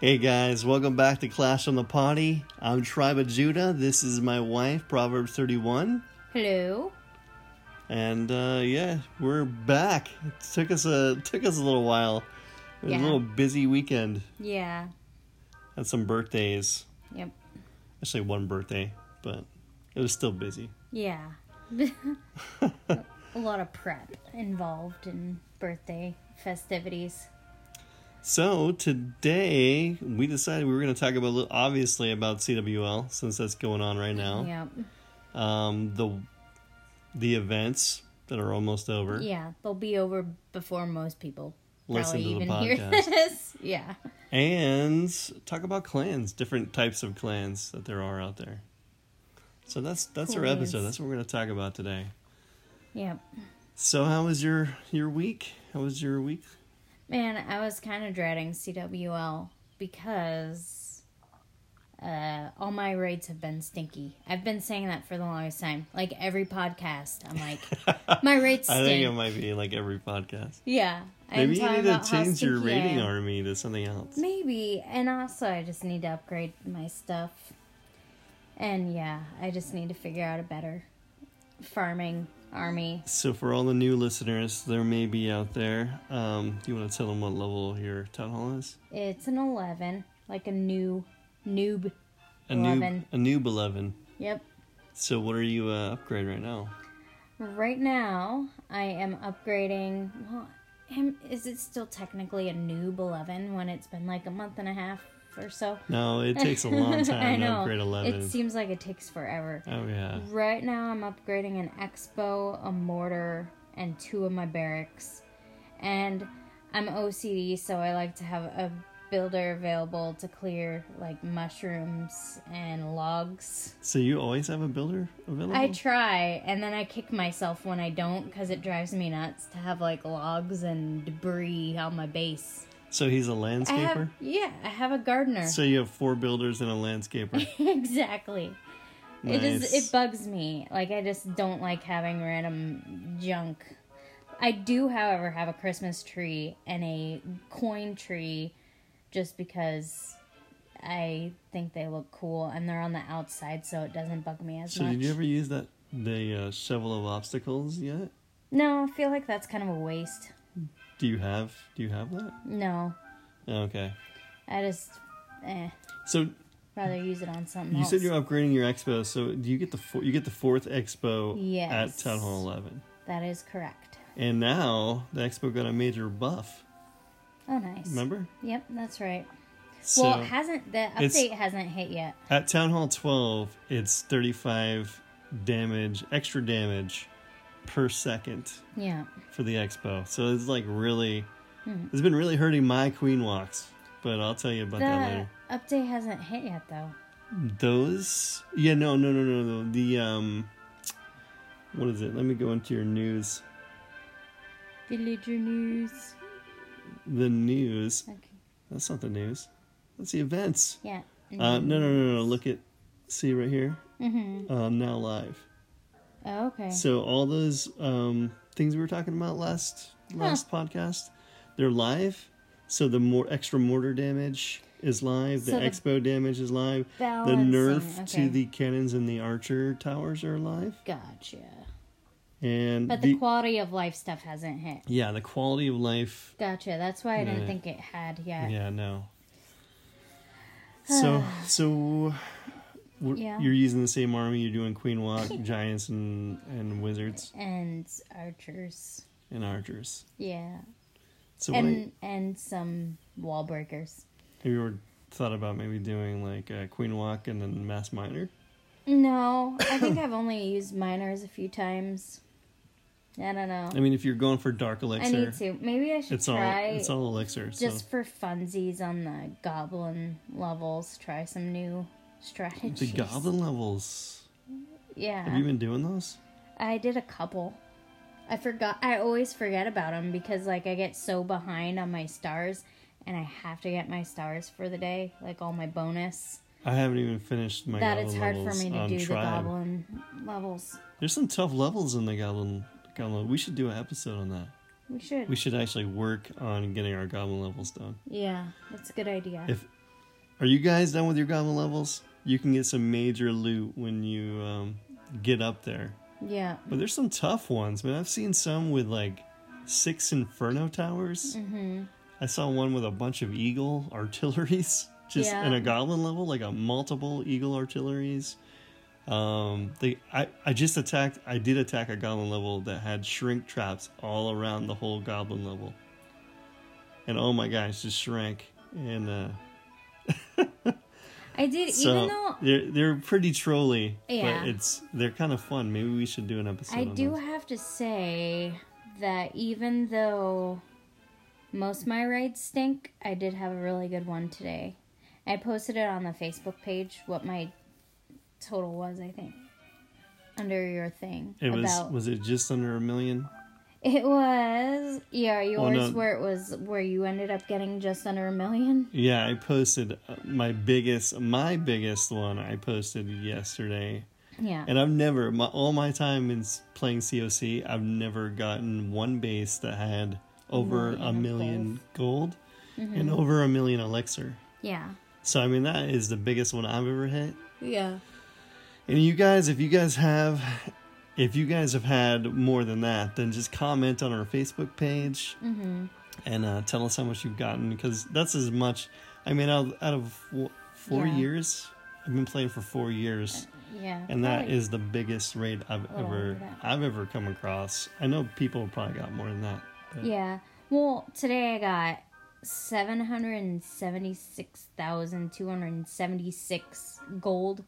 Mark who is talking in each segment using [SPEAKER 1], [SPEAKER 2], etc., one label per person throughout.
[SPEAKER 1] Hey guys, welcome back to Clash on the Potty. I'm Tribe of Judah. This is my wife, Proverbs 31.
[SPEAKER 2] Hello.
[SPEAKER 1] And uh, yeah, we're back. It took us a took us a little while. It was a
[SPEAKER 2] Yeah.
[SPEAKER 1] little busy weekend.
[SPEAKER 2] Yeah.
[SPEAKER 1] Had some birthdays.
[SPEAKER 2] Yep.
[SPEAKER 1] Actually one birthday, but it was still busy.
[SPEAKER 2] Yeah. a lot of prep involved in birthday festivities.
[SPEAKER 1] So today we decided we were gonna talk about a little- obviously about CWL since that's going on right now.
[SPEAKER 2] Yep.
[SPEAKER 1] Um the the events that are almost over.
[SPEAKER 2] Yeah, they'll be over before most people
[SPEAKER 1] Listen to the
[SPEAKER 2] probably even
[SPEAKER 1] podcast.
[SPEAKER 2] hear this. Yeah.
[SPEAKER 1] and talk about clans, different types of clans that there are out there. So that's that's our episode.
[SPEAKER 2] Clans.
[SPEAKER 1] That's what we're going to talk about today.
[SPEAKER 2] Yep.
[SPEAKER 1] So how was your your week? How was your week?
[SPEAKER 2] Man, I was kind of dreading CWL because uh, all my raids have been stinky. I've been saying that for the longest time. Like every podcast, I'm like, my raids
[SPEAKER 1] I
[SPEAKER 2] stink.
[SPEAKER 1] think it might be like every podcast.
[SPEAKER 2] yeah. I'm
[SPEAKER 1] Maybe you
[SPEAKER 2] talking
[SPEAKER 1] need to
[SPEAKER 2] about how
[SPEAKER 1] change your
[SPEAKER 2] stinky I
[SPEAKER 1] rating
[SPEAKER 2] am.
[SPEAKER 1] army to something else.
[SPEAKER 2] Maybe. And also, I just need to upgrade my stuff. And yeah, I just need to figure out a better farming army.
[SPEAKER 1] So for all the new listeners, there may be out there. Um, do you want to tell them what level your town hall is?
[SPEAKER 2] It's an 11, like a new noob.
[SPEAKER 1] A noob,
[SPEAKER 2] Eleven.
[SPEAKER 1] a noob eleven.
[SPEAKER 2] Yep.
[SPEAKER 1] So what are you uh, upgrade right now?
[SPEAKER 2] Right now, I am upgrading. Well, am, is it still technically a noob 11 when it's been like a month and a half or so?
[SPEAKER 1] No, it takes a long
[SPEAKER 2] I
[SPEAKER 1] time to
[SPEAKER 2] know.
[SPEAKER 1] upgrade eleven.
[SPEAKER 2] It seems like it takes forever.
[SPEAKER 1] oh yeah.
[SPEAKER 2] Right now, I'm upgrading an expo, a mortar, and two of my barracks. And I'm OCD, so I like to have a builder available to clear like mushrooms and logs.
[SPEAKER 1] So you always have a builder available?
[SPEAKER 2] I try, and then I kick myself when I don't because it drives me nuts to have like logs and debris on my base.
[SPEAKER 1] so he's a
[SPEAKER 2] I have,
[SPEAKER 1] landscaper?
[SPEAKER 2] yeah, I have a gardener.
[SPEAKER 1] So you have four builders and a landscaper.
[SPEAKER 2] exactly. It
[SPEAKER 1] Nice.
[SPEAKER 2] just it bugs me. Like I just don't like having random junk. I do, however, have a Christmas tree and a coin tree just because I think they look cool and they're on the outside so it doesn't bug me as
[SPEAKER 1] so
[SPEAKER 2] much.
[SPEAKER 1] did you ever use that the uh, shovel of obstacles yet?
[SPEAKER 2] No, I feel like that's kind of a waste.
[SPEAKER 1] Do you have do you have that?
[SPEAKER 2] No.
[SPEAKER 1] Okay.
[SPEAKER 2] I just eh
[SPEAKER 1] So
[SPEAKER 2] rather use it on something
[SPEAKER 1] you
[SPEAKER 2] else.
[SPEAKER 1] said you're upgrading your expo. So do you get the four, you get the fourth expo at
[SPEAKER 2] Yes.
[SPEAKER 1] Town Hall 11.
[SPEAKER 2] that is correct.
[SPEAKER 1] And now the expo got a major buff.
[SPEAKER 2] Oh nice.
[SPEAKER 1] Remember?
[SPEAKER 2] Yep, that's right.
[SPEAKER 1] So
[SPEAKER 2] well, it hasn't the
[SPEAKER 1] it's-
[SPEAKER 2] update hasn't hit yet.
[SPEAKER 1] at Town Hall 12, it's 35 damage, extra damage per second.
[SPEAKER 2] Yeah.
[SPEAKER 1] for the expo. So it's like really, it's been really hurting my queen walks. But I'll tell you about that
[SPEAKER 2] The
[SPEAKER 1] later.
[SPEAKER 2] update hasn't hit yet, though.
[SPEAKER 1] Those, yeah, no, no, no, no, no. The um, what is it? Let me go into your news.
[SPEAKER 2] Villager news.
[SPEAKER 1] The news.
[SPEAKER 2] Okay.
[SPEAKER 1] That's not the news. That's the events.
[SPEAKER 2] Yeah.
[SPEAKER 1] Uh, no, no, no, no. Look at, see right here.
[SPEAKER 2] Mm-hmm.
[SPEAKER 1] Um, now live.
[SPEAKER 2] Oh, okay.
[SPEAKER 1] So all those um things we were talking about last last podcast, they're live. So the more extra mortar damage is live. The,
[SPEAKER 2] So the
[SPEAKER 1] expo damage is live. The
[SPEAKER 2] Balancing,
[SPEAKER 1] nerf
[SPEAKER 2] okay.
[SPEAKER 1] to the cannons and the archer towers are live.
[SPEAKER 2] Gotcha.
[SPEAKER 1] And
[SPEAKER 2] But the, quality of life stuff hasn't hit.
[SPEAKER 1] yeah, the quality of life.
[SPEAKER 2] Gotcha. That's why I didn't
[SPEAKER 1] Yeah.
[SPEAKER 2] think it had yet.
[SPEAKER 1] Yeah, no. So so. we're-
[SPEAKER 2] Yeah.
[SPEAKER 1] You're using the same army. You're doing queen walk, giants, and and wizards
[SPEAKER 2] And archers.
[SPEAKER 1] and archers.
[SPEAKER 2] Yeah.
[SPEAKER 1] So what I-
[SPEAKER 2] And and some wall breakers.
[SPEAKER 1] Have you ever thought about maybe doing like a Queen Walk and then Mass Minor?
[SPEAKER 2] No, I think I've only used miners a few times. I don't know.
[SPEAKER 1] I mean, if you're going for Dark
[SPEAKER 2] I
[SPEAKER 1] Elixir,
[SPEAKER 2] need to. Maybe I should
[SPEAKER 1] it's all
[SPEAKER 2] try.
[SPEAKER 1] it's all Elixir. So
[SPEAKER 2] just for funsies on the goblin levels, try some new strategies.
[SPEAKER 1] the Goblin levels. Have
[SPEAKER 2] Yeah,
[SPEAKER 1] you been doing those?
[SPEAKER 2] I did a couple. I forgot. I always forget about them because like I get so behind on my stars, and I have to get my stars for the day, like all my bonus.
[SPEAKER 1] I haven't even finished my.
[SPEAKER 2] that
[SPEAKER 1] goblin
[SPEAKER 2] it's hard for
[SPEAKER 1] levels um,
[SPEAKER 2] me to
[SPEAKER 1] on
[SPEAKER 2] do
[SPEAKER 1] Tribe.
[SPEAKER 2] the goblin levels.
[SPEAKER 1] There's some tough levels in the Goblin. Goblin. We should do an episode on that.
[SPEAKER 2] We should.
[SPEAKER 1] We should actually work on getting our Goblin levels done.
[SPEAKER 2] yeah, that's a good idea.
[SPEAKER 1] If Are you guys done with your goblin levels? You can get some major loot when you um, get up there.
[SPEAKER 2] Yeah.
[SPEAKER 1] But there's some tough ones, man. I've seen some with like six inferno towers.
[SPEAKER 2] Mm-hmm.
[SPEAKER 1] I saw one with a bunch of eagle artilleries, just
[SPEAKER 2] Yeah.
[SPEAKER 1] in a goblin level, like a multiple eagle artilleries. Um, they, I, I just attacked. I did attack a goblin level that had shrink traps all around the whole goblin level, and oh my gosh, just shrank. And uh,
[SPEAKER 2] I did,
[SPEAKER 1] so
[SPEAKER 2] even though
[SPEAKER 1] they're they're pretty trolly,
[SPEAKER 2] Yeah.
[SPEAKER 1] but it's they're kind of fun. Maybe we should do an episode.
[SPEAKER 2] I
[SPEAKER 1] on
[SPEAKER 2] do
[SPEAKER 1] those.
[SPEAKER 2] have to say that even though most of my rides stink, I did have a really good one today. I posted it on the Facebook page what my total was, I think. Under your thing.
[SPEAKER 1] It was
[SPEAKER 2] about
[SPEAKER 1] was it just under a million?
[SPEAKER 2] it was yeah, yours
[SPEAKER 1] no.
[SPEAKER 2] where it was where you ended up getting just under a million.
[SPEAKER 1] Yeah, I posted uh, my biggest my biggest one I posted yesterday.
[SPEAKER 2] Yeah.
[SPEAKER 1] And I've never my all my time in s- playing COC, I've never gotten one base that had over a
[SPEAKER 2] Million Mm-hmm.
[SPEAKER 1] million gold and over a million elixir.
[SPEAKER 2] yeah.
[SPEAKER 1] So I mean that is the biggest one I've ever hit.
[SPEAKER 2] Yeah.
[SPEAKER 1] And you guys, if you guys have, if you guys have had more than that, then just comment on our Facebook page
[SPEAKER 2] Mm-hmm.
[SPEAKER 1] and uh, tell us how much you've gotten because that's as much. I mean, out, out of four, four
[SPEAKER 2] Yeah. Uh,
[SPEAKER 1] years, I've been playing for four years,
[SPEAKER 2] Yeah.
[SPEAKER 1] and that
[SPEAKER 2] probably.
[SPEAKER 1] is the biggest rate I've
[SPEAKER 2] little over
[SPEAKER 1] ever
[SPEAKER 2] Oh, that.
[SPEAKER 1] I've ever come across. I know people probably got more than that. But
[SPEAKER 2] Yeah. Well, today I got 776,276 gold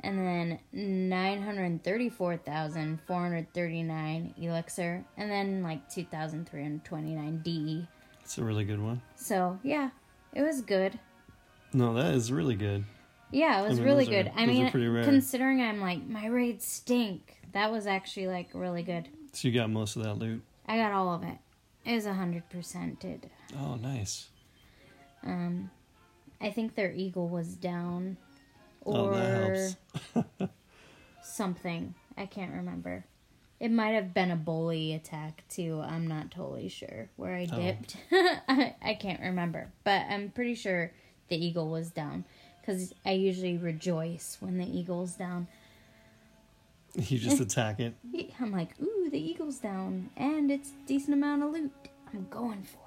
[SPEAKER 2] and then 934,439 elixir and then like 2,329 DE.
[SPEAKER 1] it's a really good one.
[SPEAKER 2] E. So, yeah, it was good.
[SPEAKER 1] No, that is really good.
[SPEAKER 2] Yeah, it was
[SPEAKER 1] mean,
[SPEAKER 2] really
[SPEAKER 1] those are-
[SPEAKER 2] good. I
[SPEAKER 1] those are
[SPEAKER 2] mean,
[SPEAKER 1] pretty rare.
[SPEAKER 2] considering I'm like, my raids stink, that was actually like really good.
[SPEAKER 1] So you got most of that loot.
[SPEAKER 2] I got all of it. It was 100% did.
[SPEAKER 1] Oh, nice.
[SPEAKER 2] Um, I think their eagle was down,
[SPEAKER 1] Oh,
[SPEAKER 2] or
[SPEAKER 1] that helps.
[SPEAKER 2] something. I can't remember. It might have been a bully attack too. I'm not totally sure where
[SPEAKER 1] Oh.
[SPEAKER 2] I dipped. I, I can't remember, but I'm pretty sure the eagle was down because I usually rejoice when the eagle's down.
[SPEAKER 1] You just attack it.
[SPEAKER 2] I'm like, ooh, the eagle's down, and it's a decent amount of loot. I'm going for it.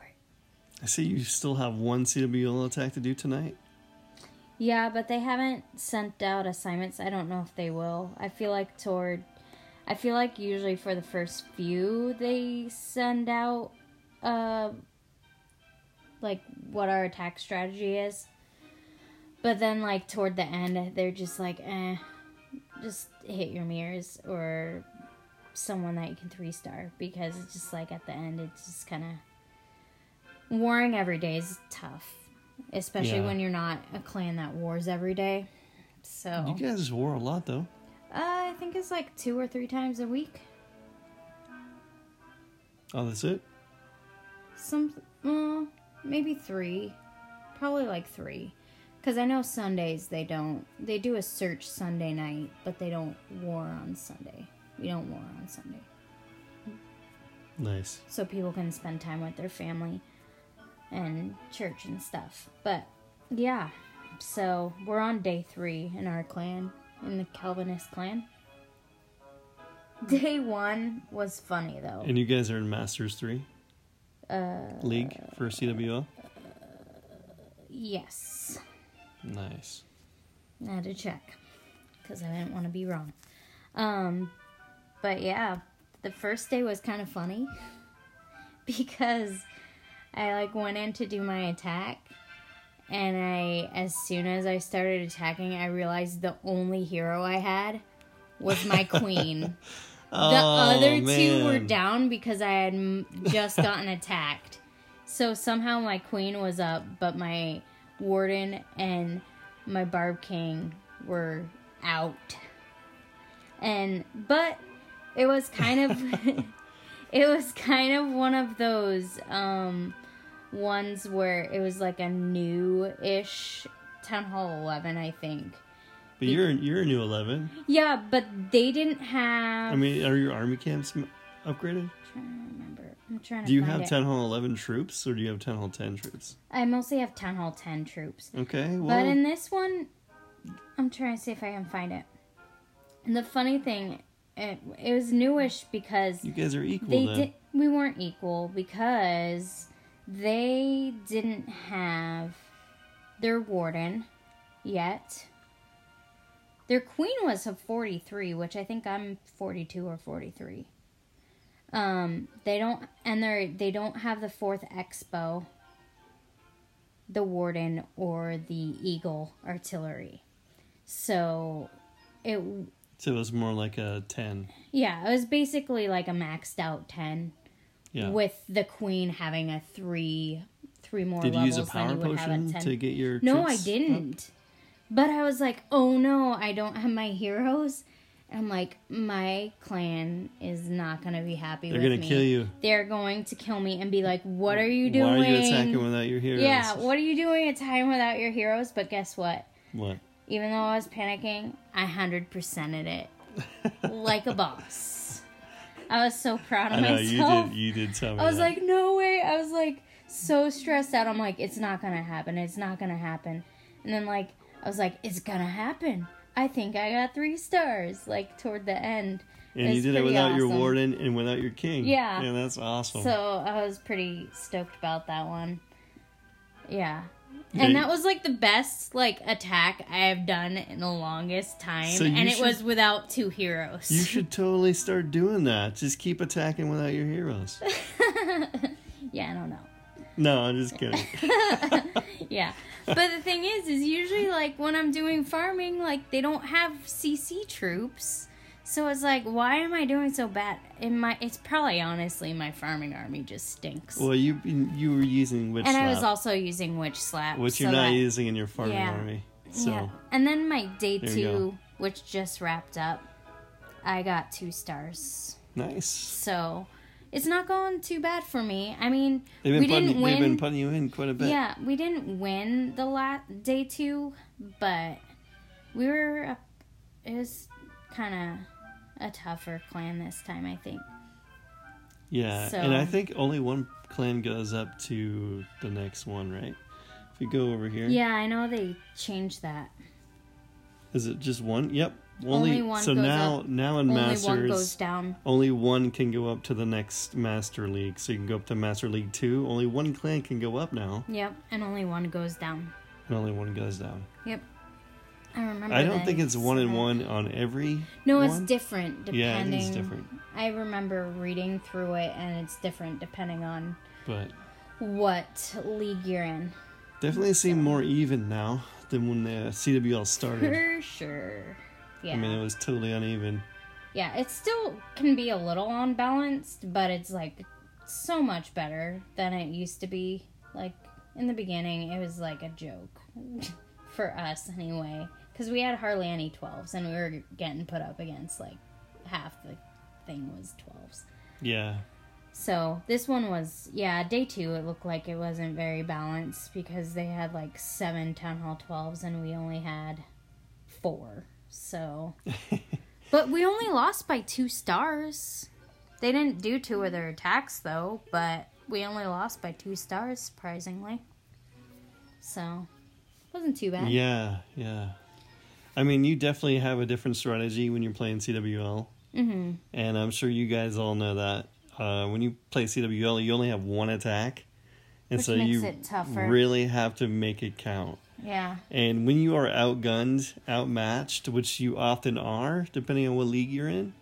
[SPEAKER 1] I see you still have one CWL attack to do tonight.
[SPEAKER 2] Yeah, but they haven't sent out assignments. I don't know if they will. I feel like toward I feel like usually for the first few they send out uh like what our attack strategy is. But then like toward the end they're just like, eh, just hit your mirrors or someone that you can three star because it's just like at the end it's just kinda warring every day is tough. Especially
[SPEAKER 1] Yeah.
[SPEAKER 2] when you're not a clan that wars every day. So Oh.
[SPEAKER 1] You guys wore a lot though.
[SPEAKER 2] uh, I think it's like two or three times a week.
[SPEAKER 1] Oh, that's it.
[SPEAKER 2] Some, well, maybe three, probably like three, because I know Sundays they don't. They do a search Sunday night, but they don't war on Sunday. We don't war on Sunday,
[SPEAKER 1] Nice.
[SPEAKER 2] so people can spend time with their family and church and stuff. But yeah, so we're on day three in our clan, in the Calvinist clan. Day one was funny though.
[SPEAKER 1] And you guys are in Masters three. Uh, League for CWL.
[SPEAKER 2] Yes.
[SPEAKER 1] Nice.
[SPEAKER 2] I had to check because I didn't want to be wrong. Um, but yeah, the first day was kind of funny because I like went in to do my attack, and I as soon as I started attacking, I realized the only hero I had was my queen. The other two were down because I had m- just gotten attacked. So somehow my queen was up, but my warden and my barb king were out. And but it was kind of it was kind of one of those um ones where it was like a new-ish town hall 11 I think.
[SPEAKER 1] But you're you're a new eleven.
[SPEAKER 2] Yeah, but they didn't have
[SPEAKER 1] I mean, are your army camps m- upgraded?
[SPEAKER 2] trying to remember. I'm trying to.
[SPEAKER 1] Do you
[SPEAKER 2] find
[SPEAKER 1] have
[SPEAKER 2] it.
[SPEAKER 1] Town Hall 11 troops or do you have Town Hall 10 troops?
[SPEAKER 2] I mostly have Town Hall 10 troops.
[SPEAKER 1] Okay, well,
[SPEAKER 2] But in this one, I'm trying to see if I can find it. And the funny thing, it, it was newish because
[SPEAKER 1] you guys are equal
[SPEAKER 2] they
[SPEAKER 1] then.
[SPEAKER 2] did. We weren't equal because they didn't have their warden yet. Their queen was a 43, which I think I'm 42 or 43. Um, they don't, and they they don't have the fourth expo, the warden or the eagle artillery. So, it
[SPEAKER 1] So it was more like a 10.
[SPEAKER 2] yeah, it was basically like a maxed out 10
[SPEAKER 1] Yeah.
[SPEAKER 2] with the queen having a three three more
[SPEAKER 1] did you
[SPEAKER 2] levels
[SPEAKER 1] use a
[SPEAKER 2] than
[SPEAKER 1] power
[SPEAKER 2] you would
[SPEAKER 1] potion
[SPEAKER 2] have at 10
[SPEAKER 1] to get your
[SPEAKER 2] no i
[SPEAKER 1] troops up?
[SPEAKER 2] didn't but i was like oh no i don't have my heroes and i'm like my clan is not gonna be happy
[SPEAKER 1] They're
[SPEAKER 2] with
[SPEAKER 1] going to
[SPEAKER 2] me.
[SPEAKER 1] kill you.
[SPEAKER 2] they're going to kill me and be like what are you doing
[SPEAKER 1] Why are you attacking without your heroes?
[SPEAKER 2] yeah what are you doing attacking without your heroes but guess what
[SPEAKER 1] What?
[SPEAKER 2] even though I was panicking, I 100%ed it like a boss. I was so proud of
[SPEAKER 1] I know,
[SPEAKER 2] myself.
[SPEAKER 1] you did, you did tell me
[SPEAKER 2] I was
[SPEAKER 1] that.
[SPEAKER 2] like, no way. I was like so stressed out. I'm like, it's not going to happen. It's not going to happen. And then, like, I was like, it's going to happen. I think I got three stars, like, toward the end.
[SPEAKER 1] and you
[SPEAKER 2] it's
[SPEAKER 1] did it
[SPEAKER 2] pretty
[SPEAKER 1] without your
[SPEAKER 2] awesome.
[SPEAKER 1] warden and without your king.
[SPEAKER 2] Yeah.
[SPEAKER 1] Yeah, that's awesome.
[SPEAKER 2] So I was pretty stoked about that one. Yeah.
[SPEAKER 1] Okay.
[SPEAKER 2] And that was like the best like attack I have done in the longest time,
[SPEAKER 1] So you
[SPEAKER 2] and it
[SPEAKER 1] should-
[SPEAKER 2] was without two heroes.
[SPEAKER 1] You should totally start doing that. Just keep attacking without your heroes.
[SPEAKER 2] yeah, I don't know.
[SPEAKER 1] No, I'm just kidding.
[SPEAKER 2] Yeah, but the thing is, is usually like when I'm doing farming, like they don't have CC troops, so it's like, why am I doing so bad? In my, it's probably honestly my farming army just stinks,
[SPEAKER 1] Well, you you were using witch
[SPEAKER 2] and
[SPEAKER 1] slap,
[SPEAKER 2] I was also using witch slap,
[SPEAKER 1] which you're
[SPEAKER 2] so
[SPEAKER 1] not
[SPEAKER 2] that-
[SPEAKER 1] using in your farming
[SPEAKER 2] Yeah.
[SPEAKER 1] army. So
[SPEAKER 2] Yeah. And then my day
[SPEAKER 1] There you
[SPEAKER 2] two, which just wrapped up, I got two stars.
[SPEAKER 1] nice.
[SPEAKER 2] So it's not going too bad for me. I mean,
[SPEAKER 1] They've been
[SPEAKER 2] we
[SPEAKER 1] putting,
[SPEAKER 2] didn't
[SPEAKER 1] They've been
[SPEAKER 2] win.
[SPEAKER 1] putting you in quite a bit.
[SPEAKER 2] yeah, we didn't win the last day two, but we were up. It was kind of a tougher clan this time, I think.
[SPEAKER 1] Yeah,
[SPEAKER 2] So-
[SPEAKER 1] and I think only one clan goes up to the next one, right? If we go over here, is
[SPEAKER 2] Yeah, I know they changed that.
[SPEAKER 1] it just one? Yep.
[SPEAKER 2] Only one
[SPEAKER 1] so
[SPEAKER 2] goes
[SPEAKER 1] now
[SPEAKER 2] up.
[SPEAKER 1] now in masters
[SPEAKER 2] Only one goes down.
[SPEAKER 1] only one can go up to the next master league. So you can go up to master league 2. Only one clan can go up now,
[SPEAKER 2] Yep, and only one goes down.
[SPEAKER 1] and only one goes down.
[SPEAKER 2] Yep. I remember.
[SPEAKER 1] I don't
[SPEAKER 2] that.
[SPEAKER 1] think it's one and
[SPEAKER 2] Uh,
[SPEAKER 1] one on every
[SPEAKER 2] No, it's
[SPEAKER 1] one.
[SPEAKER 2] different depending.
[SPEAKER 1] Yeah, it is different,
[SPEAKER 2] I remember reading through it, and it's different depending on
[SPEAKER 1] but
[SPEAKER 2] what league you're in.
[SPEAKER 1] Definitely seem more even now than when the CWL started.
[SPEAKER 2] For sure. Yeah.
[SPEAKER 1] I mean, it was totally uneven.
[SPEAKER 2] yeah, it still can be a little unbalanced, but it's like so much better than it used to be. Like in the beginning, it was like a joke for us anyway, because we had hardly any 12s, and we were getting put up against like half the thing was 12s.
[SPEAKER 1] Yeah,
[SPEAKER 2] So this one was yeah day two. It looked like it wasn't very balanced because they had like seven town hall twelves and we only had four. So, but we only lost by two stars. They didn't do two of their attacks though, but we only lost by two stars surprisingly. So, wasn't too bad.
[SPEAKER 1] yeah, yeah. I mean, you definitely have a different strategy when you're playing CWL,
[SPEAKER 2] Mm-hmm.
[SPEAKER 1] and I'm sure you guys all know that. Uh, when you play CWL, you only have one attack, and
[SPEAKER 2] Which
[SPEAKER 1] so
[SPEAKER 2] makes
[SPEAKER 1] you
[SPEAKER 2] it tougher.
[SPEAKER 1] really have to make it count.
[SPEAKER 2] Yeah.
[SPEAKER 1] And when you are outgunned, outmatched, which you often are, depending on what league you're in,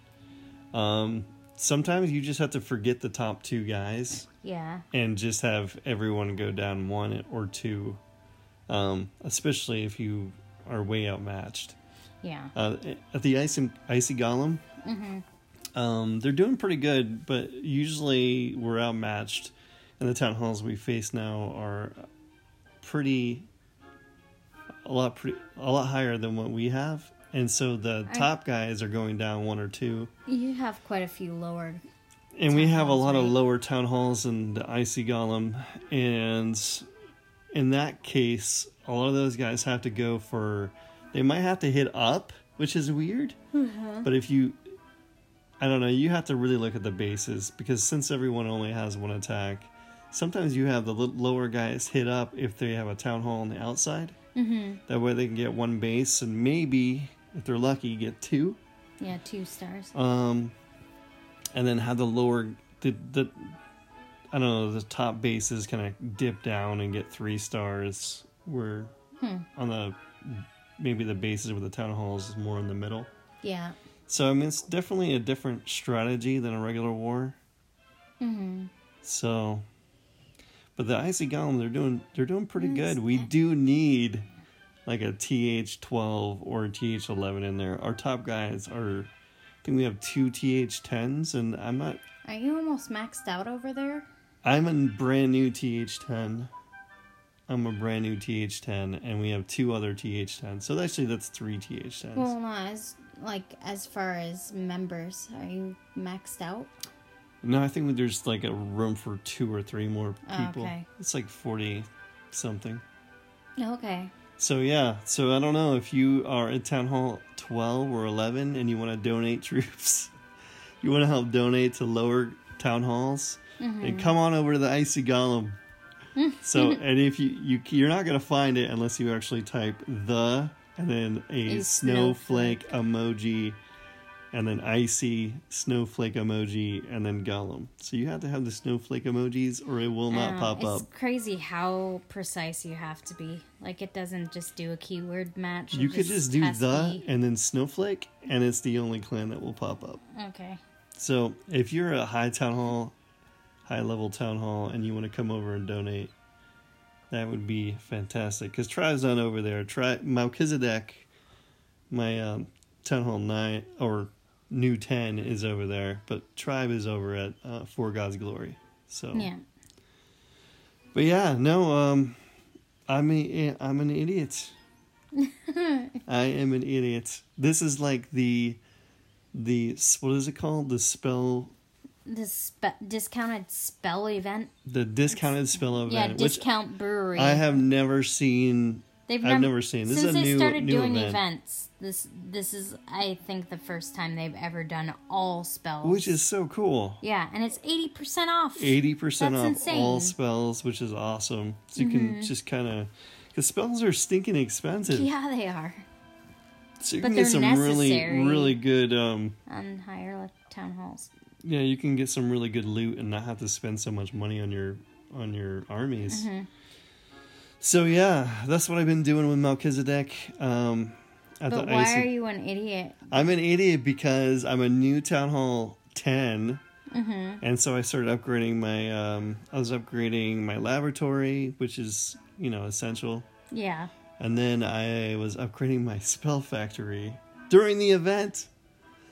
[SPEAKER 1] um, sometimes you just have to forget the top two guys
[SPEAKER 2] Yeah.
[SPEAKER 1] and just have everyone go down one or two, um, especially if you are way outmatched.
[SPEAKER 2] Yeah.
[SPEAKER 1] Uh, at the Icy, Icy Golem, um, they're doing pretty good, but usually we're outmatched, and the town halls we face now are pretty a lot pretty a lot higher than what we have, and so the
[SPEAKER 2] I-
[SPEAKER 1] top guys are going down one or two,
[SPEAKER 2] You have quite a few lower.
[SPEAKER 1] and we
[SPEAKER 2] Town
[SPEAKER 1] have a
[SPEAKER 2] halls,
[SPEAKER 1] lot of
[SPEAKER 2] right.
[SPEAKER 1] lower town halls in the Icy Golem, and in that case, a lot of those guys have to go
[SPEAKER 2] Mm-hmm.
[SPEAKER 1] for they might have to hit up, which is weird. But if you I don't know. You have to really look at the bases because since everyone only has one attack, sometimes you have the l- lower guys hit up if they have a town hall on the outside.
[SPEAKER 2] Mm-hmm.
[SPEAKER 1] That way they can get one base and maybe, if they're lucky, get two.
[SPEAKER 2] Yeah, two stars.
[SPEAKER 1] Um, and then have the lower the the I don't know the top bases kind of dip down and get three stars. Where
[SPEAKER 2] Hmm.
[SPEAKER 1] on the maybe the bases with the town halls is more in the middle.
[SPEAKER 2] Yeah.
[SPEAKER 1] So I mean, it's definitely a different strategy than a regular war.
[SPEAKER 2] Mm-hmm.
[SPEAKER 1] So, but the icy golem, they're doing they're doing pretty
[SPEAKER 2] Nice.
[SPEAKER 1] good. We do need like a th twelve or a th eleven in there. Our top guys are, I think we have two th tens, and I'm not.
[SPEAKER 2] Are you almost maxed out over there?
[SPEAKER 1] I'm a brand new th ten. I'm a brand new th ten, and we have two other th tens. So actually, that's three th tens.
[SPEAKER 2] Well, not as like as far as members. Are you maxed out?
[SPEAKER 1] No, I think there's like a room for two or three more
[SPEAKER 2] Oh,
[SPEAKER 1] people.
[SPEAKER 2] okay.
[SPEAKER 1] It's like 40 something.
[SPEAKER 2] Okay.
[SPEAKER 1] So, yeah. So, I don't know if you are at Town Hall 12 or 11 and you want to donate troops, you want to help donate to lower town halls,
[SPEAKER 2] Mm-hmm.
[SPEAKER 1] and come on over to the Icy Golem. so, and if you, you, you're not going to find it unless you actually type the and then a,
[SPEAKER 2] A
[SPEAKER 1] snowflake
[SPEAKER 2] snowflake.
[SPEAKER 1] emoji and then icy snowflake emoji and then golem. So you have to have the snowflake emojis or it will not
[SPEAKER 2] Uh,
[SPEAKER 1] pop up.
[SPEAKER 2] It's crazy how precise you have to be. Like it doesn't just do a keyword match. it
[SPEAKER 1] You could just do
[SPEAKER 2] has to
[SPEAKER 1] the
[SPEAKER 2] be-
[SPEAKER 1] and then snowflake and it's the only clan that will pop up.
[SPEAKER 2] Okay.
[SPEAKER 1] So if you're a high town hall, high level town hall, and you want to come over and donate, that would be fantastic. Because Tri's not over there. Try Melchizedek, my um, town hall nine or new ten is over there, but Tribe is over at uh, For God's Glory. So
[SPEAKER 2] Yeah.
[SPEAKER 1] but yeah, no, um, I'm a, I'm an idiot. I am an idiot. This is like the, the what is it called? The spell
[SPEAKER 2] This spe- discounted spell event.
[SPEAKER 1] the discounted spell event,
[SPEAKER 2] yeah,
[SPEAKER 1] which
[SPEAKER 2] discount brewery.
[SPEAKER 1] I have never seen.
[SPEAKER 2] They've
[SPEAKER 1] I've never seen. This is
[SPEAKER 2] since
[SPEAKER 1] a
[SPEAKER 2] they
[SPEAKER 1] new-
[SPEAKER 2] started
[SPEAKER 1] new
[SPEAKER 2] doing
[SPEAKER 1] event.
[SPEAKER 2] events. This this is I think the first time they've ever done all spells.
[SPEAKER 1] Which is so cool.
[SPEAKER 2] yeah, and it's eighty percent off.
[SPEAKER 1] Eighty percent off
[SPEAKER 2] That's
[SPEAKER 1] all
[SPEAKER 2] insane. Mm-hmm.
[SPEAKER 1] spells, which is awesome. So you can just kind of, because spells are stinking expensive.
[SPEAKER 2] Yeah, they are
[SPEAKER 1] So you
[SPEAKER 2] but
[SPEAKER 1] can get
[SPEAKER 2] they're
[SPEAKER 1] some
[SPEAKER 2] necessary.
[SPEAKER 1] really, really good. Um,
[SPEAKER 2] on higher like, town halls.
[SPEAKER 1] yeah, you can get some really good loot and not have to spend so much money on your on your armies.
[SPEAKER 2] Mm-hmm.
[SPEAKER 1] So yeah, that's what I've been doing with Melchizedek. Um, at
[SPEAKER 2] But
[SPEAKER 1] the
[SPEAKER 2] why
[SPEAKER 1] IC
[SPEAKER 2] are you an idiot?
[SPEAKER 1] I'm an idiot because I'm a new Town Hall 10.
[SPEAKER 2] Mm-hmm.
[SPEAKER 1] And so I started upgrading my, um, I was upgrading my laboratory, which is, you know, essential.
[SPEAKER 2] Yeah,
[SPEAKER 1] And then I was upgrading my spell factory during the event.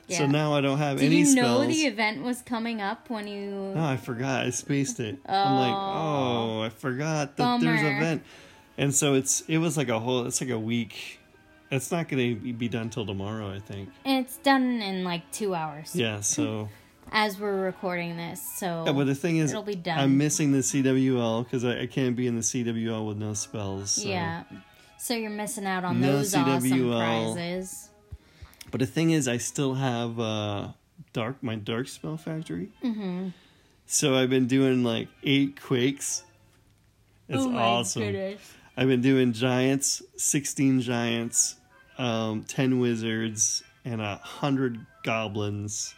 [SPEAKER 2] yeah.
[SPEAKER 1] So now I don't have
[SPEAKER 2] Did
[SPEAKER 1] any
[SPEAKER 2] you
[SPEAKER 1] spells.
[SPEAKER 2] know the event was coming up when you?
[SPEAKER 1] No, Oh, I forgot. I spaced it. I'm like, oh, I forgot that there's an
[SPEAKER 2] Bummer.
[SPEAKER 1] event. And so it's, it was like a whole, it's like a week. It's not going to be done till tomorrow, I think.
[SPEAKER 2] And it's done in like two hours.
[SPEAKER 1] Yeah, so.
[SPEAKER 2] As we're recording this, so
[SPEAKER 1] Yeah, but the thing is,
[SPEAKER 2] It'll be done.
[SPEAKER 1] I'm missing the CWL because I, I can't be in the CWL with no spells. So.
[SPEAKER 2] yeah. So you're missing out on
[SPEAKER 1] uh, No
[SPEAKER 2] those awesome
[SPEAKER 1] CWL.
[SPEAKER 2] prizes.
[SPEAKER 1] But the thing is, I still have uh, dark my dark spell factory. Mm-hmm. So I've been doing like eight quakes. It's
[SPEAKER 2] oh my
[SPEAKER 1] awesome.
[SPEAKER 2] goodness.
[SPEAKER 1] I've been doing giants, sixteen giants, um, ten wizards, and a hundred goblins.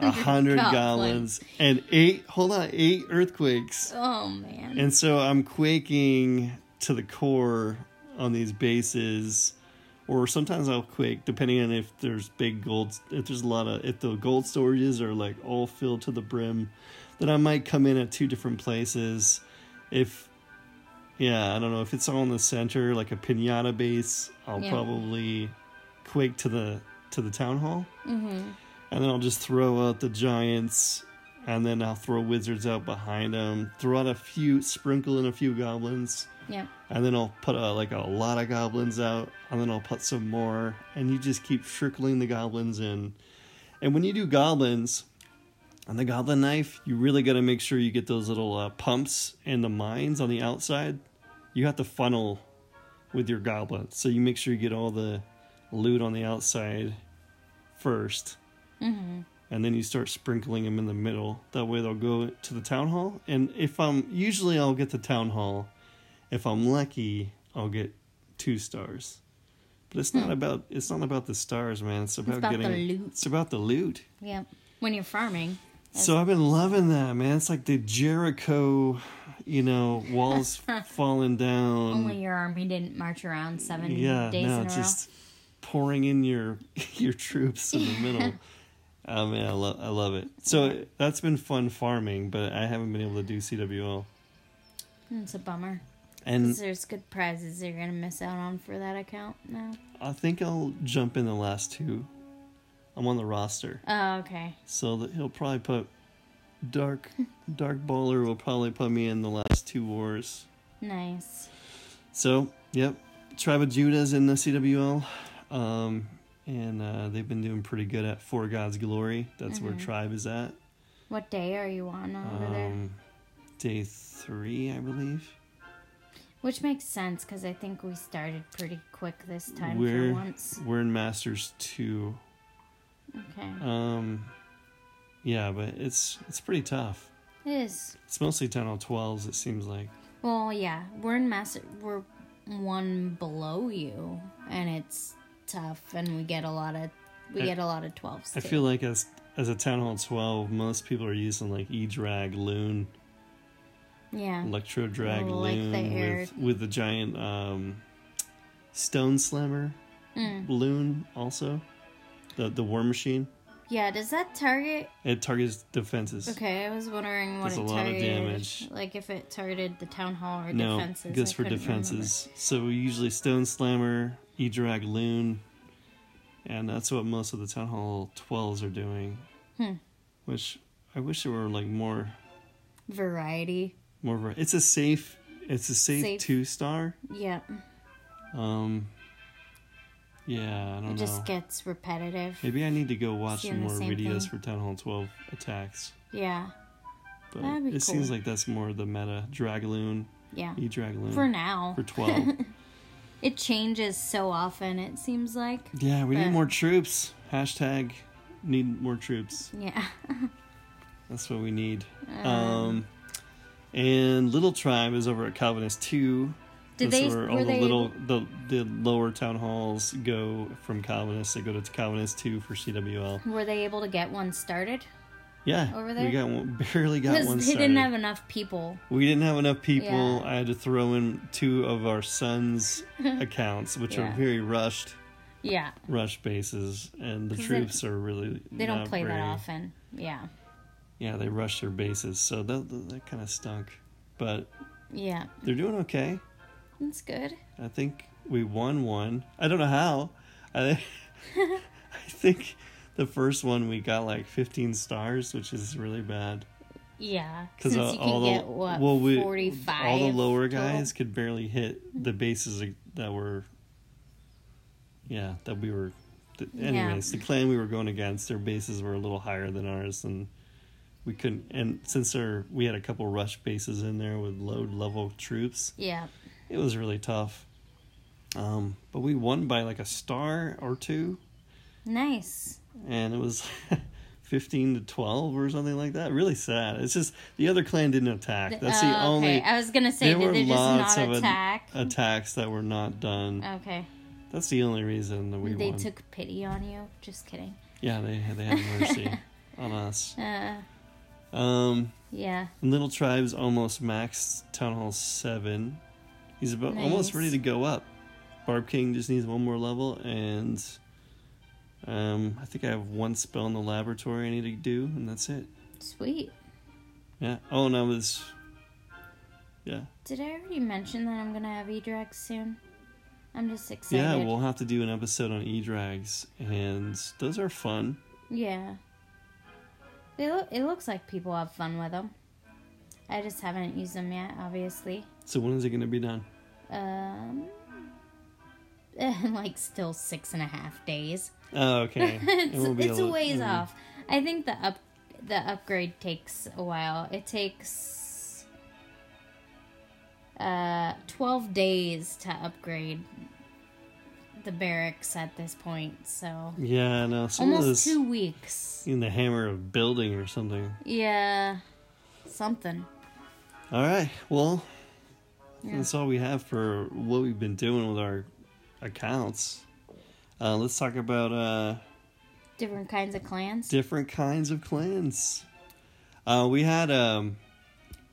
[SPEAKER 1] A hundred goblins
[SPEAKER 2] goblins.
[SPEAKER 1] and eight. Hold on, eight earthquakes.
[SPEAKER 2] Oh man.
[SPEAKER 1] And so I'm quaking to the core on these bases, or sometimes I'll quake depending on if there's big gold, if there's a lot of, if the gold storages are like all filled to the brim, then I might come in at two different places. If, yeah, I don't know, if it's all in the center, like a pinata base, I'll
[SPEAKER 2] Yeah.
[SPEAKER 1] probably quake to the to the town hall
[SPEAKER 2] Mm-hmm.
[SPEAKER 1] and then I'll just throw out the giants, and then I'll throw wizards out behind them, throw out a few, sprinkle in a few goblins,
[SPEAKER 2] Yep.
[SPEAKER 1] and then I'll put uh like a lot of goblins out, and then I'll put some more, and you just keep trickling the goblins in. And when you do goblins, on the goblin knife, you really got to make sure you get those little uh, pumps and the mines on the outside. You have to funnel with your goblin, so you make sure you get all the loot on the outside first
[SPEAKER 2] Mm-hmm.
[SPEAKER 1] and then you start sprinkling them in the middle. That way they'll go to the town hall. And if I'm usually I'll get the town hall. If I'm lucky, I'll get two stars. But it's not about it's not about the stars, man. It's about,
[SPEAKER 2] Hmm. about the
[SPEAKER 1] getting
[SPEAKER 2] loot.
[SPEAKER 1] it's about the loot.
[SPEAKER 2] Yep. When you're farming.
[SPEAKER 1] So I've been loving that, man. It's like the Jericho, you know, walls falling down.
[SPEAKER 2] Only your army didn't march around seven
[SPEAKER 1] Mm. yeah,
[SPEAKER 2] days
[SPEAKER 1] no,
[SPEAKER 2] in a
[SPEAKER 1] just pouring in your your troops in the middle. I mean, I love I love it. So that's been fun farming, but I haven't been able to do CWL.
[SPEAKER 2] row. It's a bummer. 'Cause
[SPEAKER 1] And
[SPEAKER 2] There's good prizes that you're gonna miss out on for that account now.
[SPEAKER 1] I think I'll jump in the last two. I'm on the roster,
[SPEAKER 2] Oh, okay.
[SPEAKER 1] so that he'll probably put dark dark baller will probably put me in the last two wars.
[SPEAKER 2] Nice.
[SPEAKER 1] So, yep, Tribe of Judah's in the CWL, um, and uh, they've been doing pretty good at Four God's Glory. That's where Tribe is at.
[SPEAKER 2] What day are you on Mm-hmm. over there?
[SPEAKER 1] Um, day three, I believe.
[SPEAKER 2] Which makes sense because I think we started pretty quick this time
[SPEAKER 1] we're
[SPEAKER 2] for once.
[SPEAKER 1] we're in Masters two.
[SPEAKER 2] Okay.
[SPEAKER 1] Um, yeah, but it's it's pretty tough.
[SPEAKER 2] it is.
[SPEAKER 1] It's mostly ten on twelves. It seems like.
[SPEAKER 2] Well, yeah, we're in master. We're one below you, and it's tough. And we get a lot of we
[SPEAKER 1] I-
[SPEAKER 2] get a lot of twelves.
[SPEAKER 1] I
[SPEAKER 2] too.
[SPEAKER 1] feel like as as a town hall twelve, most people are using like e drag loon,
[SPEAKER 2] yeah.
[SPEAKER 1] electro drag
[SPEAKER 2] Oh, like the
[SPEAKER 1] loon
[SPEAKER 2] air-
[SPEAKER 1] with with the giant um, stone slammer
[SPEAKER 2] Mm.
[SPEAKER 1] loon also, the the war machine.
[SPEAKER 2] Yeah. Does that target?
[SPEAKER 1] It targets defenses.
[SPEAKER 2] Okay, I was wondering what
[SPEAKER 1] Does
[SPEAKER 2] it
[SPEAKER 1] a lot of
[SPEAKER 2] targeted.
[SPEAKER 1] damage.
[SPEAKER 2] Like if it targeted the town hall or
[SPEAKER 1] No,
[SPEAKER 2] defenses.
[SPEAKER 1] it goes
[SPEAKER 2] I
[SPEAKER 1] for
[SPEAKER 2] couldn't remember.
[SPEAKER 1] defenses. So we usually Stone Slammer, E Drag Loon, and that's what most of the Town Hall 12s are doing.
[SPEAKER 2] Hmm.
[SPEAKER 1] Which I wish there were like more,
[SPEAKER 2] Variety.
[SPEAKER 1] more. var- It's a safe, it's a safe,
[SPEAKER 2] Safe.
[SPEAKER 1] two star.
[SPEAKER 2] Yeah.
[SPEAKER 1] Um, yeah, I don't
[SPEAKER 2] It
[SPEAKER 1] know.
[SPEAKER 2] just gets repetitive.
[SPEAKER 1] Maybe I need to go watch
[SPEAKER 2] It's
[SPEAKER 1] some
[SPEAKER 2] doing the
[SPEAKER 1] more
[SPEAKER 2] same
[SPEAKER 1] videos
[SPEAKER 2] thing.
[SPEAKER 1] for Town Hall 12 attacks.
[SPEAKER 2] Yeah.
[SPEAKER 1] But
[SPEAKER 2] That'd be
[SPEAKER 1] it seems
[SPEAKER 2] cool.
[SPEAKER 1] like that's more the meta. Dragloon,
[SPEAKER 2] Yeah.
[SPEAKER 1] E Dragloon.
[SPEAKER 2] For now.
[SPEAKER 1] For 12.
[SPEAKER 2] It changes so often, it seems like.
[SPEAKER 1] Yeah, we need
[SPEAKER 2] But-
[SPEAKER 1] more troops. Hashtag need more troops.
[SPEAKER 2] Yeah.
[SPEAKER 1] That's what we need. Um, and Little Tribe is over at Calvinist 2.
[SPEAKER 2] Did
[SPEAKER 1] That's
[SPEAKER 2] they-
[SPEAKER 1] where all
[SPEAKER 2] were
[SPEAKER 1] the
[SPEAKER 2] they-
[SPEAKER 1] little the the lower town halls go from Calvinist. They go to Calvinist 2 for CWL.
[SPEAKER 2] Were they able to get one started?
[SPEAKER 1] Yeah.
[SPEAKER 2] Over
[SPEAKER 1] We
[SPEAKER 2] there?
[SPEAKER 1] got one, barely got
[SPEAKER 2] Because
[SPEAKER 1] one
[SPEAKER 2] they
[SPEAKER 1] started.
[SPEAKER 2] didn't have enough people.
[SPEAKER 1] we didn't have enough people.
[SPEAKER 2] Yeah.
[SPEAKER 1] I had to throw in two of our sons' accounts, which
[SPEAKER 2] Yeah.
[SPEAKER 1] are very rushed
[SPEAKER 2] Yeah.
[SPEAKER 1] rush bases and the
[SPEAKER 2] 'Cause they-
[SPEAKER 1] troops are really
[SPEAKER 2] They don't
[SPEAKER 1] not
[SPEAKER 2] play that
[SPEAKER 1] very-
[SPEAKER 2] often. Yeah.
[SPEAKER 1] yeah, they rushed their bases, so that that, that kind of stunk. But
[SPEAKER 2] Yeah.
[SPEAKER 1] they're doing okay.
[SPEAKER 2] That's good.
[SPEAKER 1] I think we won one. I don't know how. I I think the first one we got like 15 stars, which is really bad
[SPEAKER 2] Yeah.
[SPEAKER 1] because
[SPEAKER 2] Since
[SPEAKER 1] all,
[SPEAKER 2] you
[SPEAKER 1] uh, all
[SPEAKER 2] can
[SPEAKER 1] the
[SPEAKER 2] get, what,
[SPEAKER 1] well, we,
[SPEAKER 2] 45?
[SPEAKER 1] all the lower
[SPEAKER 2] total?
[SPEAKER 1] guys could barely hit the bases that were yeah that we were. th-
[SPEAKER 2] Yeah.
[SPEAKER 1] Anyways, the clan we were going against, their bases were a little higher than ours, and we couldn't. And since there, we had a couple rush bases in there with low level troops,
[SPEAKER 2] Yeah.
[SPEAKER 1] it was really tough. Um, but we won by like a star or two,
[SPEAKER 2] Nice.
[SPEAKER 1] and it was fifteen to twelve or something like that. Really sad. It's just the other clan didn't attack. That's the
[SPEAKER 2] Oh,
[SPEAKER 1] only.
[SPEAKER 2] Okay. I was going to say,
[SPEAKER 1] there were
[SPEAKER 2] did they
[SPEAKER 1] lots
[SPEAKER 2] just not
[SPEAKER 1] of
[SPEAKER 2] attack?
[SPEAKER 1] a- attacks that were not done.
[SPEAKER 2] okay.
[SPEAKER 1] That's the only reason that we
[SPEAKER 2] they
[SPEAKER 1] won.
[SPEAKER 2] took pity on you. Just kidding.
[SPEAKER 1] Yeah, they they had mercy on us.
[SPEAKER 2] Uh,
[SPEAKER 1] Um,
[SPEAKER 2] yeah.
[SPEAKER 1] Little Tribes almost maxed Town Hall seven. He's about almost
[SPEAKER 2] Nice.
[SPEAKER 1] ready to go up. Barb King just needs one more level, and um, I think I have one spell in the laboratory I need to do, and that's it.
[SPEAKER 2] Sweet.
[SPEAKER 1] Yeah. Oh, and I was. Yeah.
[SPEAKER 2] Did I already mention that I'm gonna have E-Drag soon? I'm just excited.
[SPEAKER 1] Yeah, we'll have to do an episode on e drags, and those are fun.
[SPEAKER 2] Yeah. They look. It looks like people have fun with them. I just haven't used them yet, obviously.
[SPEAKER 1] So when is it going to be done?
[SPEAKER 2] Um, like still six and a half days.
[SPEAKER 1] Oh, okay. It
[SPEAKER 2] it's
[SPEAKER 1] won't be
[SPEAKER 2] it's a
[SPEAKER 1] li-
[SPEAKER 2] ways
[SPEAKER 1] mm.
[SPEAKER 2] off. I think the up the upgrade takes a while. It takes uh 12 days to upgrade the barracks at this point, so
[SPEAKER 1] Yeah, no, some of
[SPEAKER 2] almost
[SPEAKER 1] this
[SPEAKER 2] two weeks.
[SPEAKER 1] in the hammer of building or something.
[SPEAKER 2] Yeah, something.
[SPEAKER 1] All right, well,
[SPEAKER 2] Yeah.
[SPEAKER 1] that's all we have for what we've been doing with our accounts. Uh, let's talk about uh,
[SPEAKER 2] Different kinds of clans.
[SPEAKER 1] different kinds of clans. Uh, we had um,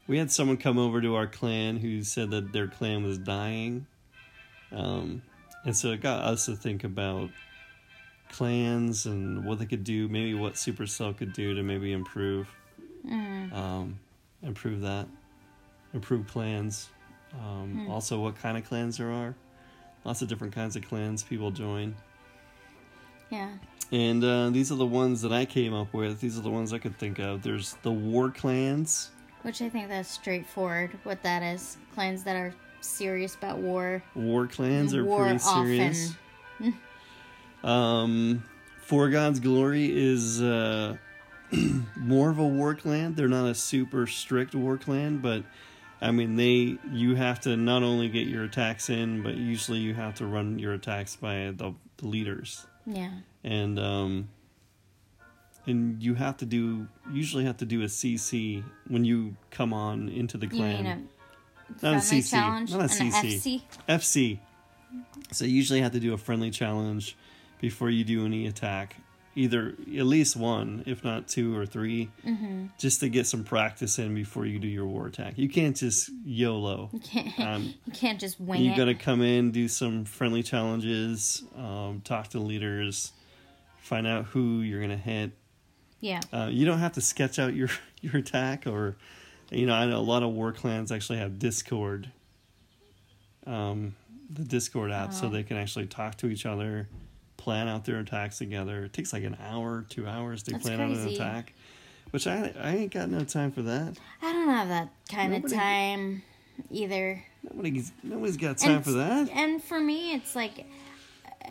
[SPEAKER 1] we had someone come over to our clan who said that their clan was dying, um, and so it got us to think about clans and what they could do, maybe what Supercell could do to maybe improve, um, improve that, improve clans. Um, Also, what kind of clans there are, lots of different kinds of clans people join.
[SPEAKER 2] yeah.
[SPEAKER 1] And uh, these are the ones that I came up with. These are the ones I could think of. There's the war clans.
[SPEAKER 2] Which I think that's straightforward what that is. Clans that are serious about war.
[SPEAKER 1] War clans are
[SPEAKER 2] War
[SPEAKER 1] pretty serious.
[SPEAKER 2] often. Hmm.
[SPEAKER 1] Um, For God's Glory is uh, more of a war clan. They're not a super strict war clan, but I mean they you have to not only get your attacks in, but usually you have to run your attacks by the, the leaders.
[SPEAKER 2] Yeah.
[SPEAKER 1] and um and you have to do usually have to do a CC when you come on into the
[SPEAKER 2] You mean
[SPEAKER 1] clan.
[SPEAKER 2] a
[SPEAKER 1] not a
[SPEAKER 2] friendly
[SPEAKER 1] CC,
[SPEAKER 2] challenge?
[SPEAKER 1] not a
[SPEAKER 2] an
[SPEAKER 1] CC.
[SPEAKER 2] FC?
[SPEAKER 1] FC. So you usually have to do a friendly challenge before you do any attack, either at least one, if not two or 3
[SPEAKER 2] Mm-hmm.
[SPEAKER 1] just to get some practice in before you do your war attack. You can't just YOLO.
[SPEAKER 2] You can't,
[SPEAKER 1] Um,
[SPEAKER 2] you can't just wing
[SPEAKER 1] you
[SPEAKER 2] it.
[SPEAKER 1] gotta come in, do some friendly challenges, um, talk to leaders, find out who you're gonna hit,
[SPEAKER 2] yeah.
[SPEAKER 1] Uh, you don't have to sketch out your your attack or you know i know a lot of war clans actually have discord um the discord app
[SPEAKER 2] Uh-huh.
[SPEAKER 1] so they can actually talk to each other plan out their attacks together it takes like an hour two hours to
[SPEAKER 2] That's
[SPEAKER 1] plan out an
[SPEAKER 2] crazy.
[SPEAKER 1] attack which i i ain't got no time for that
[SPEAKER 2] I don't have that kind
[SPEAKER 1] Nobody-
[SPEAKER 2] of time either.
[SPEAKER 1] nobody's nobody's got time for that
[SPEAKER 2] And for me, it's like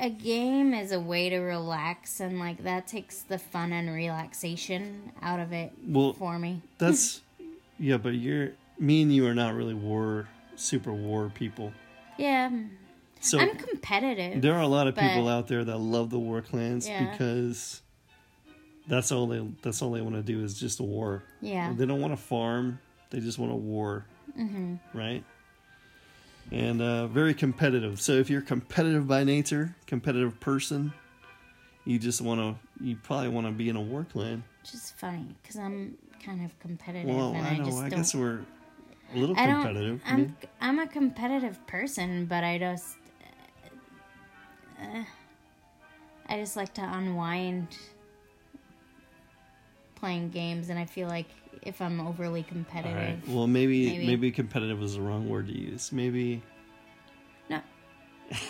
[SPEAKER 2] a game is a way to relax, and like that takes the fun and relaxation out of it
[SPEAKER 1] well
[SPEAKER 2] for me.
[SPEAKER 1] that's yeah but you're me and you are not really war super war people
[SPEAKER 2] Yeah,
[SPEAKER 1] so
[SPEAKER 2] I'm competitive.
[SPEAKER 1] There are a lot of people
[SPEAKER 2] But-
[SPEAKER 1] out there that love the war clans
[SPEAKER 2] Yeah.
[SPEAKER 1] because that's all they that's all they want to do is just a war.
[SPEAKER 2] yeah,
[SPEAKER 1] They don't want to farm; they just want a war, mm-hmm. right? And uh, very competitive. So if you're competitive by nature, competitive person, you just want to you probably want to be in a war clan.
[SPEAKER 2] which is funny because I'm kind of competitive,
[SPEAKER 1] Well,
[SPEAKER 2] and
[SPEAKER 1] I
[SPEAKER 2] I,
[SPEAKER 1] know.
[SPEAKER 2] just
[SPEAKER 1] I,
[SPEAKER 2] don't.
[SPEAKER 1] guess we're a little
[SPEAKER 2] I don't.
[SPEAKER 1] competitive. I mean,
[SPEAKER 2] I'm I'm a competitive person, but I just. uh, I just like to unwind playing games, and I feel like if I'm overly
[SPEAKER 1] all
[SPEAKER 2] competitive,
[SPEAKER 1] right. Well, maybe, maybe
[SPEAKER 2] Maybe.
[SPEAKER 1] competitive is the wrong word to use. Maybe
[SPEAKER 2] No.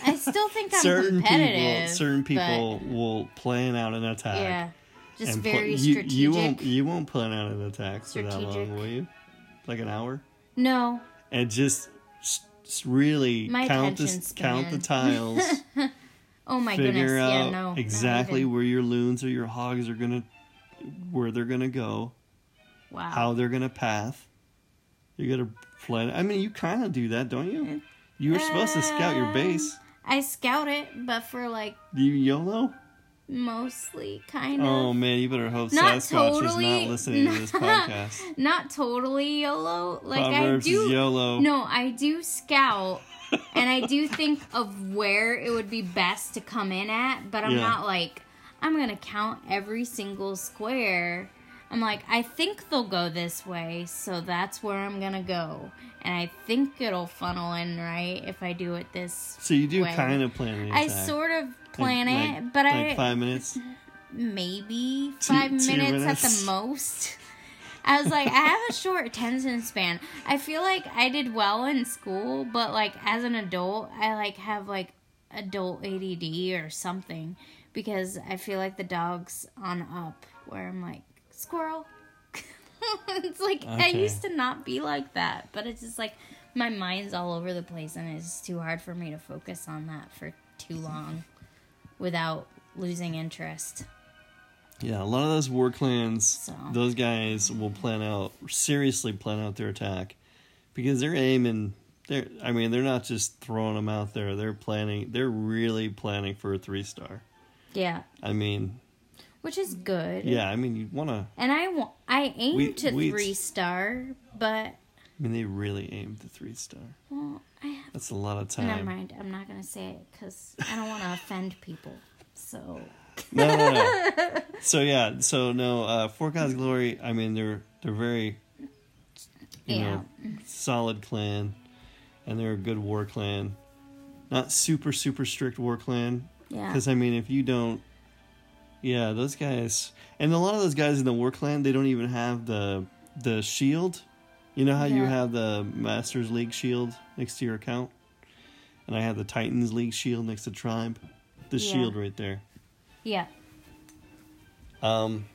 [SPEAKER 2] I still think I'm
[SPEAKER 1] certain
[SPEAKER 2] competitive.
[SPEAKER 1] people certain
[SPEAKER 2] but,
[SPEAKER 1] people will plan out an attack
[SPEAKER 2] yeah. Just
[SPEAKER 1] pla-
[SPEAKER 2] very
[SPEAKER 1] you,
[SPEAKER 2] strategic.
[SPEAKER 1] you won't you won't plan out an attack for that long
[SPEAKER 2] Strategic.
[SPEAKER 1] will you like an hour
[SPEAKER 2] no.
[SPEAKER 1] and just s- s- really
[SPEAKER 2] My
[SPEAKER 1] count the s-
[SPEAKER 2] attention
[SPEAKER 1] count the
[SPEAKER 2] span.
[SPEAKER 1] tiles
[SPEAKER 2] Oh my
[SPEAKER 1] figure
[SPEAKER 2] goodness.
[SPEAKER 1] out
[SPEAKER 2] yeah, no. not
[SPEAKER 1] exactly
[SPEAKER 2] even.
[SPEAKER 1] where your loons or your hogs are gonna where they're gonna go
[SPEAKER 2] Wow.
[SPEAKER 1] how they're gonna path you gotta plan i mean you kind of do that don't you you were supposed to scout your
[SPEAKER 2] Mm. Um,
[SPEAKER 1] base
[SPEAKER 2] I scout it, but for like
[SPEAKER 1] you yolo
[SPEAKER 2] mostly kind of.
[SPEAKER 1] Oh man, you better hope Sasquatch
[SPEAKER 2] Not
[SPEAKER 1] is
[SPEAKER 2] totally-
[SPEAKER 1] not listening to this podcast.
[SPEAKER 2] Not totally YOLO. Like
[SPEAKER 1] Proverbs
[SPEAKER 2] I do.
[SPEAKER 1] is YOLO.
[SPEAKER 2] No, I do scout, and I do think of where it would be best to come in at, but I'm
[SPEAKER 1] Yeah.
[SPEAKER 2] not like I'm gonna count every single square. I'm like I think they'll go this way, so that's where I'm gonna go, and I think it'll funnel in right if I do it this.
[SPEAKER 1] So you do
[SPEAKER 2] way.
[SPEAKER 1] kind of plan an
[SPEAKER 2] I
[SPEAKER 1] attack.
[SPEAKER 2] sort of plan
[SPEAKER 1] Like-
[SPEAKER 2] it, but
[SPEAKER 1] like
[SPEAKER 2] I
[SPEAKER 1] five minutes.
[SPEAKER 2] maybe five
[SPEAKER 1] two
[SPEAKER 2] minutes, at
[SPEAKER 1] minutes.
[SPEAKER 2] the most. I was like, I have a short attention span. I feel like I did well in school, but like as an adult, I like have like adult ADD or something because I feel like the dog's on up where I'm like squirrel. it's like I
[SPEAKER 1] Okay.
[SPEAKER 2] used to not be like that, but it's just like my mind's all over the place and it's just too hard for me to focus on that for too long without losing interest.
[SPEAKER 1] Yeah, a lot of those war clans,
[SPEAKER 2] So.
[SPEAKER 1] those guys will plan out seriously plan out their attack because they're aiming They're, I mean, they're not just throwing them out there. They're planning. They're really planning for a three star.
[SPEAKER 2] Yeah,
[SPEAKER 1] I mean,
[SPEAKER 2] which is good.
[SPEAKER 1] yeah. I mean, you want to. I
[SPEAKER 2] And I wa- I aim
[SPEAKER 1] We-
[SPEAKER 2] to
[SPEAKER 1] we-
[SPEAKER 2] three star, but
[SPEAKER 1] mean, they really aimed the three star.
[SPEAKER 2] well, I have.
[SPEAKER 1] That's a lot of
[SPEAKER 2] Never
[SPEAKER 1] time.
[SPEAKER 2] mind. I'm not gonna say it because I don't want to offend people. So
[SPEAKER 1] No, no, no. so yeah. So no. Uh, for God's glory. I mean, they're they're very. You know, solid clan, and they're a good war clan. Not super super strict war clan,
[SPEAKER 2] yeah, yeah,
[SPEAKER 1] Because I mean, if you don't, yeah, those guys, and a lot of those guys in the War Clan, they don't even have the the shield. You know how you
[SPEAKER 2] Yeah.
[SPEAKER 1] have the Masters League shield next to your account, and I have the Titans League shield next to Tribe. This
[SPEAKER 2] Yeah.
[SPEAKER 1] shield right there.
[SPEAKER 2] yeah.
[SPEAKER 1] Um.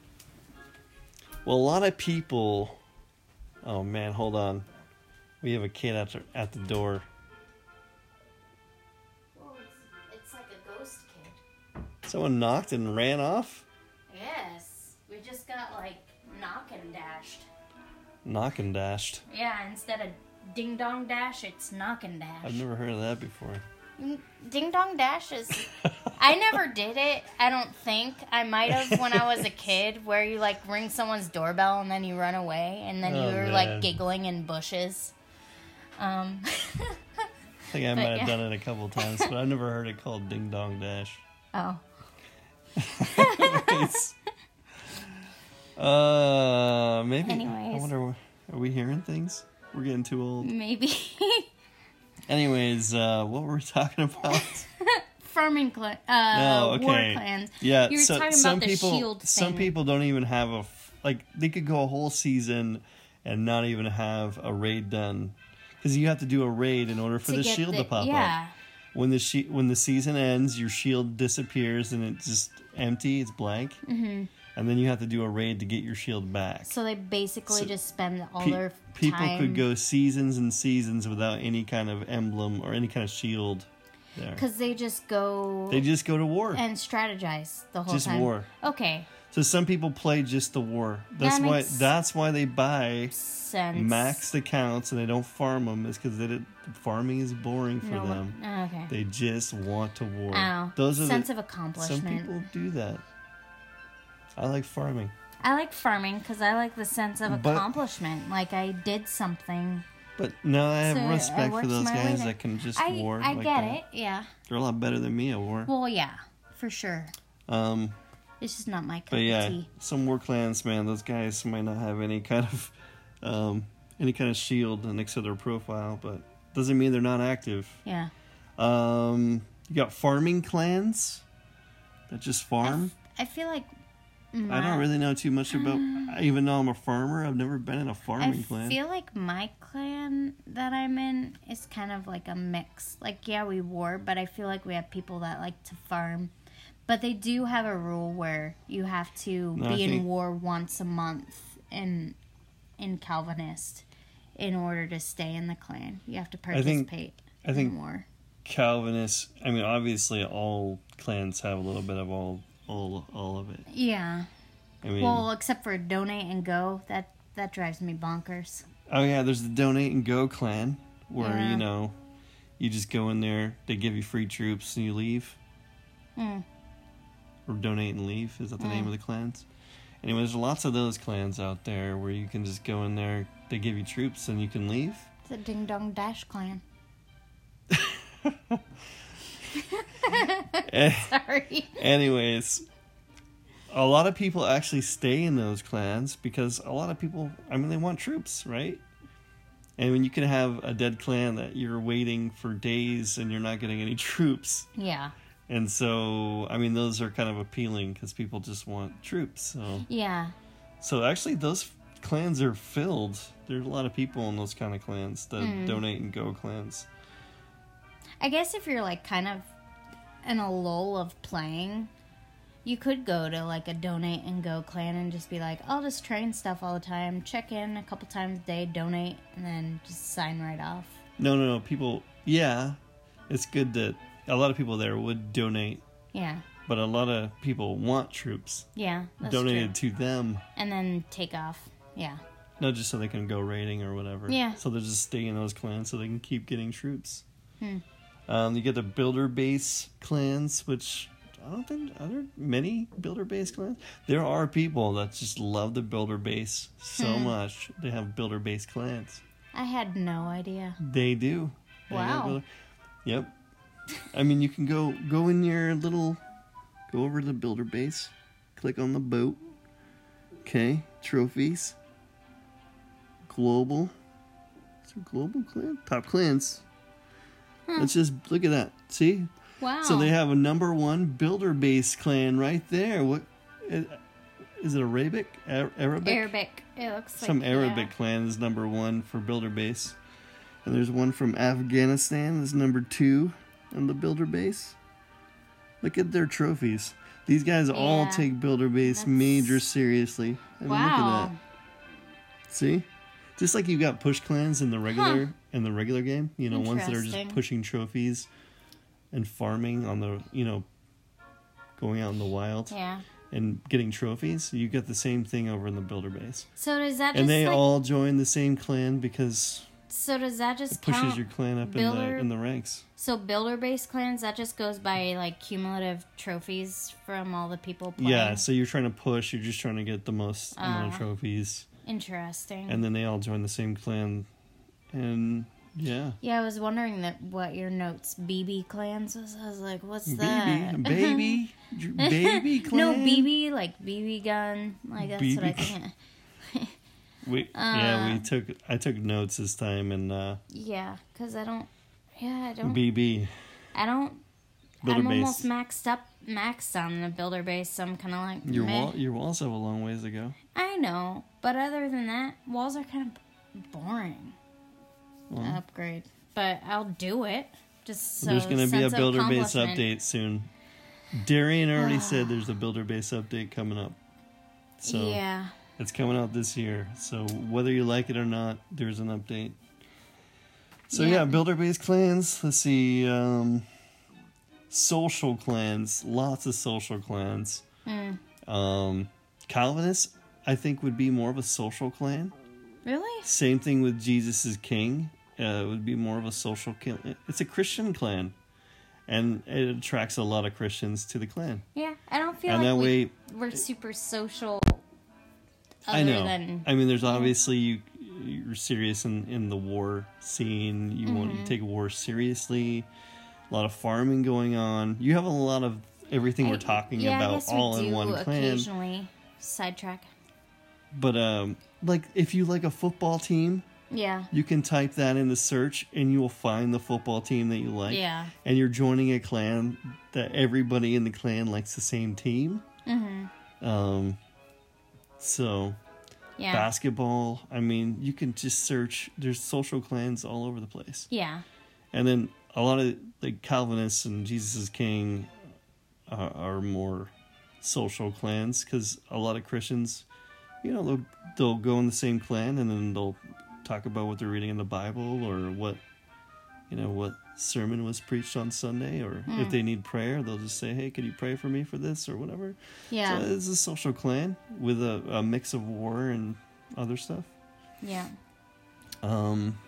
[SPEAKER 1] Well, a lot of people. Oh man, hold on. We have a kid at the, at the door.
[SPEAKER 3] Well, it's, it's like a ghost kid.
[SPEAKER 1] Someone knocked and ran off.
[SPEAKER 3] Yes.
[SPEAKER 2] We just got like knock and dashed.
[SPEAKER 1] Knock and dashed.
[SPEAKER 2] Yeah, instead of ding dong dash, it's knock and dash.
[SPEAKER 1] I've never heard of that before.
[SPEAKER 2] Ding dong dash is. I never did it. I don't think I might have when I was a kid, where you like ring someone's doorbell and then you run away, and then
[SPEAKER 1] Oh,
[SPEAKER 2] you were
[SPEAKER 1] man.
[SPEAKER 2] like giggling in bushes. Um,
[SPEAKER 1] I think I
[SPEAKER 2] But,
[SPEAKER 1] might have
[SPEAKER 2] yeah.
[SPEAKER 1] done it a couple times, but I've never heard it called Ding Dong Dash.
[SPEAKER 2] oh,
[SPEAKER 1] It's- uh, maybe. I
[SPEAKER 2] Anyways.
[SPEAKER 1] wonder. wh- Are we hearing things? We're getting too old.
[SPEAKER 2] maybe
[SPEAKER 1] Anyways, uh, what were we talking about?
[SPEAKER 2] farming clan, uh,
[SPEAKER 1] No, Oh, okay.
[SPEAKER 2] war clans.
[SPEAKER 1] Yeah.
[SPEAKER 2] You were
[SPEAKER 1] so,
[SPEAKER 2] talking about
[SPEAKER 1] some
[SPEAKER 2] the
[SPEAKER 1] people,
[SPEAKER 2] shield
[SPEAKER 1] some
[SPEAKER 2] thing.
[SPEAKER 1] people don't even have a f- like. They could go a whole season and not even have a raid done because you have to do a raid in order for the
[SPEAKER 2] get
[SPEAKER 1] shield to pop up.
[SPEAKER 2] yeah,
[SPEAKER 1] when the she- when the season ends, your shield disappears and it's just empty. It's blank, mm-hmm. and then you have to do a raid to get your shield back.
[SPEAKER 2] So they basically
[SPEAKER 1] So
[SPEAKER 2] just spend all
[SPEAKER 1] Pe-
[SPEAKER 2] their
[SPEAKER 1] people
[SPEAKER 2] time.
[SPEAKER 1] could go seasons and seasons without any kind of emblem or any kind of shield. There,
[SPEAKER 2] because they just go
[SPEAKER 1] they just go to war.
[SPEAKER 2] and strategize the whole
[SPEAKER 1] Just
[SPEAKER 2] time.
[SPEAKER 1] war.
[SPEAKER 2] Okay,
[SPEAKER 1] so some people play just the war. That's
[SPEAKER 2] That
[SPEAKER 1] why.
[SPEAKER 2] makes
[SPEAKER 1] That's why they buy
[SPEAKER 2] sense.
[SPEAKER 1] maxed accounts and they don't farm them. Is because farming is boring for
[SPEAKER 2] No,
[SPEAKER 1] them.
[SPEAKER 2] oh, okay.
[SPEAKER 1] They just want to war.
[SPEAKER 2] Ow.
[SPEAKER 1] Those are
[SPEAKER 2] Oh, sense
[SPEAKER 1] the,
[SPEAKER 2] of
[SPEAKER 1] Some
[SPEAKER 2] accomplishment.
[SPEAKER 1] people do that. I like farming.
[SPEAKER 2] I like farming because I like the sense of
[SPEAKER 1] But-
[SPEAKER 2] accomplishment. Like I did something.
[SPEAKER 1] But now I have
[SPEAKER 2] So, I
[SPEAKER 1] respect for
[SPEAKER 2] worked
[SPEAKER 1] those
[SPEAKER 2] my way
[SPEAKER 1] guys
[SPEAKER 2] there.
[SPEAKER 1] that can just
[SPEAKER 2] I
[SPEAKER 1] war.
[SPEAKER 2] I
[SPEAKER 1] like
[SPEAKER 2] get
[SPEAKER 1] that.
[SPEAKER 2] it. Yeah.
[SPEAKER 1] They're a lot better than me at war.
[SPEAKER 2] Well, yeah, for sure.
[SPEAKER 1] Um,
[SPEAKER 2] It's just not my cup
[SPEAKER 1] but yeah,
[SPEAKER 2] of tea.
[SPEAKER 1] some war clans, man, those guys might not have any kind of, um, any kind of shield next to their profile, but doesn't mean they're not active.
[SPEAKER 2] Yeah.
[SPEAKER 1] Um, you got farming clans that just farm.
[SPEAKER 2] I feel like.
[SPEAKER 1] I
[SPEAKER 2] my-
[SPEAKER 1] don't really know too much about. Even though I'm a farmer, I've never been in a
[SPEAKER 2] I
[SPEAKER 1] farming clan.
[SPEAKER 2] feel like my clan that I'm in is kind of like a mix. Like, yeah, we war, but I feel like we have people that like to farm. But they do have a rule where you have to
[SPEAKER 1] No, I
[SPEAKER 2] be
[SPEAKER 1] think-
[SPEAKER 2] in war once a month in in Calvinist in order to stay in the clan. You have to
[SPEAKER 1] think-
[SPEAKER 2] participate
[SPEAKER 1] I think
[SPEAKER 2] in war.
[SPEAKER 1] Calvinists. I mean, obviously, all clans have a little bit of all, all, all of it.
[SPEAKER 2] Yeah.
[SPEAKER 1] I mean,
[SPEAKER 2] Well, except for donate and go. That that drives me bonkers.
[SPEAKER 1] oh yeah, there's the donate and go clan where
[SPEAKER 2] Yeah.
[SPEAKER 1] you know, you just go in there, they give you free troops, and you leave.
[SPEAKER 2] Mm.
[SPEAKER 1] Or donate and leave is that the name of the clans? Anyway, there's lots of those clans out there where you can just go in there, they give you troops, and you can leave.
[SPEAKER 2] It's a ding dong dash clan.
[SPEAKER 1] Eh,
[SPEAKER 2] Sorry.
[SPEAKER 1] Anyways, a lot of people actually stay in those clans because a lot of people, I mean, they want troops, right? And when you can have a dead clan that you're waiting for days and you're not getting any troops.
[SPEAKER 2] Yeah.
[SPEAKER 1] And so, I mean, those are kind of appealing because people just want troops. So,
[SPEAKER 2] Yeah.
[SPEAKER 1] so actually, those clans are filled. There's a lot of people in those kind of clans, the donate and go clans.
[SPEAKER 2] I guess if you're like kind of in a lull of playing, you could go to like a donate and go clan and just be like, I'll just train stuff all the time, check in a couple times a day, donate, and then just sign right off.
[SPEAKER 1] No, no, no. People, yeah, it's good that a lot of people there would donate
[SPEAKER 2] Yeah,
[SPEAKER 1] but a lot of people want troops
[SPEAKER 2] yeah, that's
[SPEAKER 1] donated
[SPEAKER 2] true.
[SPEAKER 1] to them.
[SPEAKER 2] and then take off. Yeah,
[SPEAKER 1] No, just so they can go raiding or whatever.
[SPEAKER 2] Yeah.
[SPEAKER 1] So they're just staying in those clans so they can keep getting troops.
[SPEAKER 2] Hmm.
[SPEAKER 1] Um, you get the builder base clans, which I don't think are there many builder base clans. There are people that just love the builder base so
[SPEAKER 2] Hmm.
[SPEAKER 1] much. They have builder base clans.
[SPEAKER 2] I had no idea.
[SPEAKER 1] They do. They got
[SPEAKER 2] Wow.
[SPEAKER 1] builder- Yep. I mean, you can go go in your little, go over to the builder base, click on the boat. Okay, trophies. Global. Is there global clan? Top clans.
[SPEAKER 2] Hmm.
[SPEAKER 1] Let's just look at that. See,
[SPEAKER 2] Wow.
[SPEAKER 1] so they have a number one builder base clan right there. What is, is it? Arabic? Ar- Arabic?
[SPEAKER 2] Arabic. It looks like
[SPEAKER 1] Some Arabic
[SPEAKER 2] yeah.
[SPEAKER 1] clan is number one for builder base, and there's one from Afghanistan that's number two on the builder base. Look at their trophies. These guys all
[SPEAKER 2] Yeah.
[SPEAKER 1] take builder base
[SPEAKER 2] That's-
[SPEAKER 1] major seriously. I mean,
[SPEAKER 2] Wow.
[SPEAKER 1] Look at that. See, just like you got push clans in the regular in the regular game. You know, ones that are just
[SPEAKER 2] Interesting.
[SPEAKER 1] pushing trophies and farming on the you know going out in the wild
[SPEAKER 2] Yeah.
[SPEAKER 1] and getting trophies. You get the same thing over in the builder base
[SPEAKER 2] So does that just
[SPEAKER 1] and they
[SPEAKER 2] like,
[SPEAKER 1] all join the same clan because
[SPEAKER 2] so does that
[SPEAKER 1] it
[SPEAKER 2] just
[SPEAKER 1] pushes
[SPEAKER 2] count?
[SPEAKER 1] your clan up in
[SPEAKER 2] Builder-
[SPEAKER 1] the in the ranks.
[SPEAKER 2] So builder based clans that just goes by like cumulative trophies from all the people playing.
[SPEAKER 1] Yeah, so you're trying to push. You're just trying to get the most amount of
[SPEAKER 2] Uh.
[SPEAKER 1] trophies,
[SPEAKER 2] Interesting.
[SPEAKER 1] and then they all join the same clan, and yeah,
[SPEAKER 2] yeah, I was wondering that what your notes BB clans was. I was like, what's that?
[SPEAKER 1] baby, baby, dr- baby clan.
[SPEAKER 2] no BB like BB gun. Like that's what I
[SPEAKER 1] BB.
[SPEAKER 2] think.
[SPEAKER 1] We, yeah, we took. I
[SPEAKER 2] Uh,
[SPEAKER 1] took notes this time, and uh,
[SPEAKER 2] yeah, because I don't. Yeah, I don't.
[SPEAKER 1] BB
[SPEAKER 2] I don't.
[SPEAKER 1] builder
[SPEAKER 2] I'm
[SPEAKER 1] base.
[SPEAKER 2] almost maxed up, maxed on the builder base. So I'm kind of like
[SPEAKER 1] your
[SPEAKER 2] meh.
[SPEAKER 1] wall, your walls have a long ways to go.
[SPEAKER 2] I know, but other than that, walls are kind of boring.
[SPEAKER 1] Well,
[SPEAKER 2] Upgrade, but I'll do it. Just so
[SPEAKER 1] there's going to be a
[SPEAKER 2] sense of
[SPEAKER 1] builder base
[SPEAKER 2] accomplishment.
[SPEAKER 1] update soon. Darian already said there's a builder base update coming up. So
[SPEAKER 2] Yeah,
[SPEAKER 1] it's coming out this year. So whether you like it or not, there's an update. So yeah,
[SPEAKER 2] Yeah.
[SPEAKER 1] builder base clans. Let's see. Um, social clans. Lots of social clans.
[SPEAKER 2] Hmm.
[SPEAKER 1] Um, Calvinists, I think, would be more of a social clan.
[SPEAKER 2] really?
[SPEAKER 1] Same thing with Jesus is King. Uh, it would be more of a social clan. It's a Christian clan, and it attracts a lot of Christians to the clan.
[SPEAKER 2] Yeah, I don't feel
[SPEAKER 1] and
[SPEAKER 2] like
[SPEAKER 1] that
[SPEAKER 2] we,
[SPEAKER 1] way,
[SPEAKER 2] we're super social. Other
[SPEAKER 1] I know.
[SPEAKER 2] Than,
[SPEAKER 1] I mean, there's obviously you. You're serious in in the war scene. You want
[SPEAKER 2] Mm-hmm.
[SPEAKER 1] you take war seriously. A lot of farming going on. You have a lot of everything we're talking
[SPEAKER 2] yeah, I
[SPEAKER 1] about
[SPEAKER 2] guess
[SPEAKER 1] all
[SPEAKER 2] we do
[SPEAKER 1] in one clan.
[SPEAKER 2] Occasionally, sidetrack.
[SPEAKER 1] But um, like if you like a football team,
[SPEAKER 2] Yeah,
[SPEAKER 1] you can type that into search and you will find the football team that you like.
[SPEAKER 2] yeah,
[SPEAKER 1] and you're joining a clan that everybody in the clan likes the same team. Mm-hmm. Um, so
[SPEAKER 2] yeah,
[SPEAKER 1] basketball. I mean, you can just search. There's social clans all over the place,
[SPEAKER 2] yeah.
[SPEAKER 1] and then a lot of like Calvinists and Jesus is King are, are more social clans because a lot of Christians, you know, they'll they'll go in the same clan and then they'll talk about what they're reading in the Bible or what you know what sermon was preached on Sunday or if they need prayer they'll just say hey can you pray for me for this or whatever
[SPEAKER 2] Yeah,
[SPEAKER 1] so it's a social clan with a, a mix of war and other stuff
[SPEAKER 2] yeah.
[SPEAKER 1] um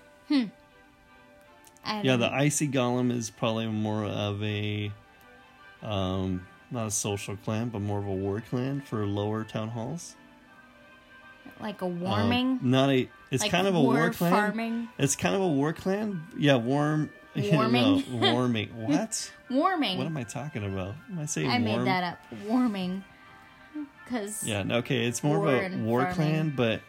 [SPEAKER 2] I
[SPEAKER 1] yeah
[SPEAKER 2] don't-
[SPEAKER 1] the icy golem is probably more of a um not a social clan but more of a war clan for lower town halls
[SPEAKER 2] like a
[SPEAKER 1] Um,
[SPEAKER 2] warming.
[SPEAKER 1] not a it's
[SPEAKER 2] like
[SPEAKER 1] kind of a war, clan
[SPEAKER 2] Farming,
[SPEAKER 1] it's kind of a war clan yeah warm
[SPEAKER 2] Warming.
[SPEAKER 1] no, warming what
[SPEAKER 2] warming.
[SPEAKER 1] what am i talking about am i saying
[SPEAKER 2] I
[SPEAKER 1] warm
[SPEAKER 2] made that up. Warming. Because
[SPEAKER 1] Yeah, no, okay, it's more
[SPEAKER 2] War
[SPEAKER 1] of a
[SPEAKER 2] and
[SPEAKER 1] war
[SPEAKER 2] farming.
[SPEAKER 1] clan, but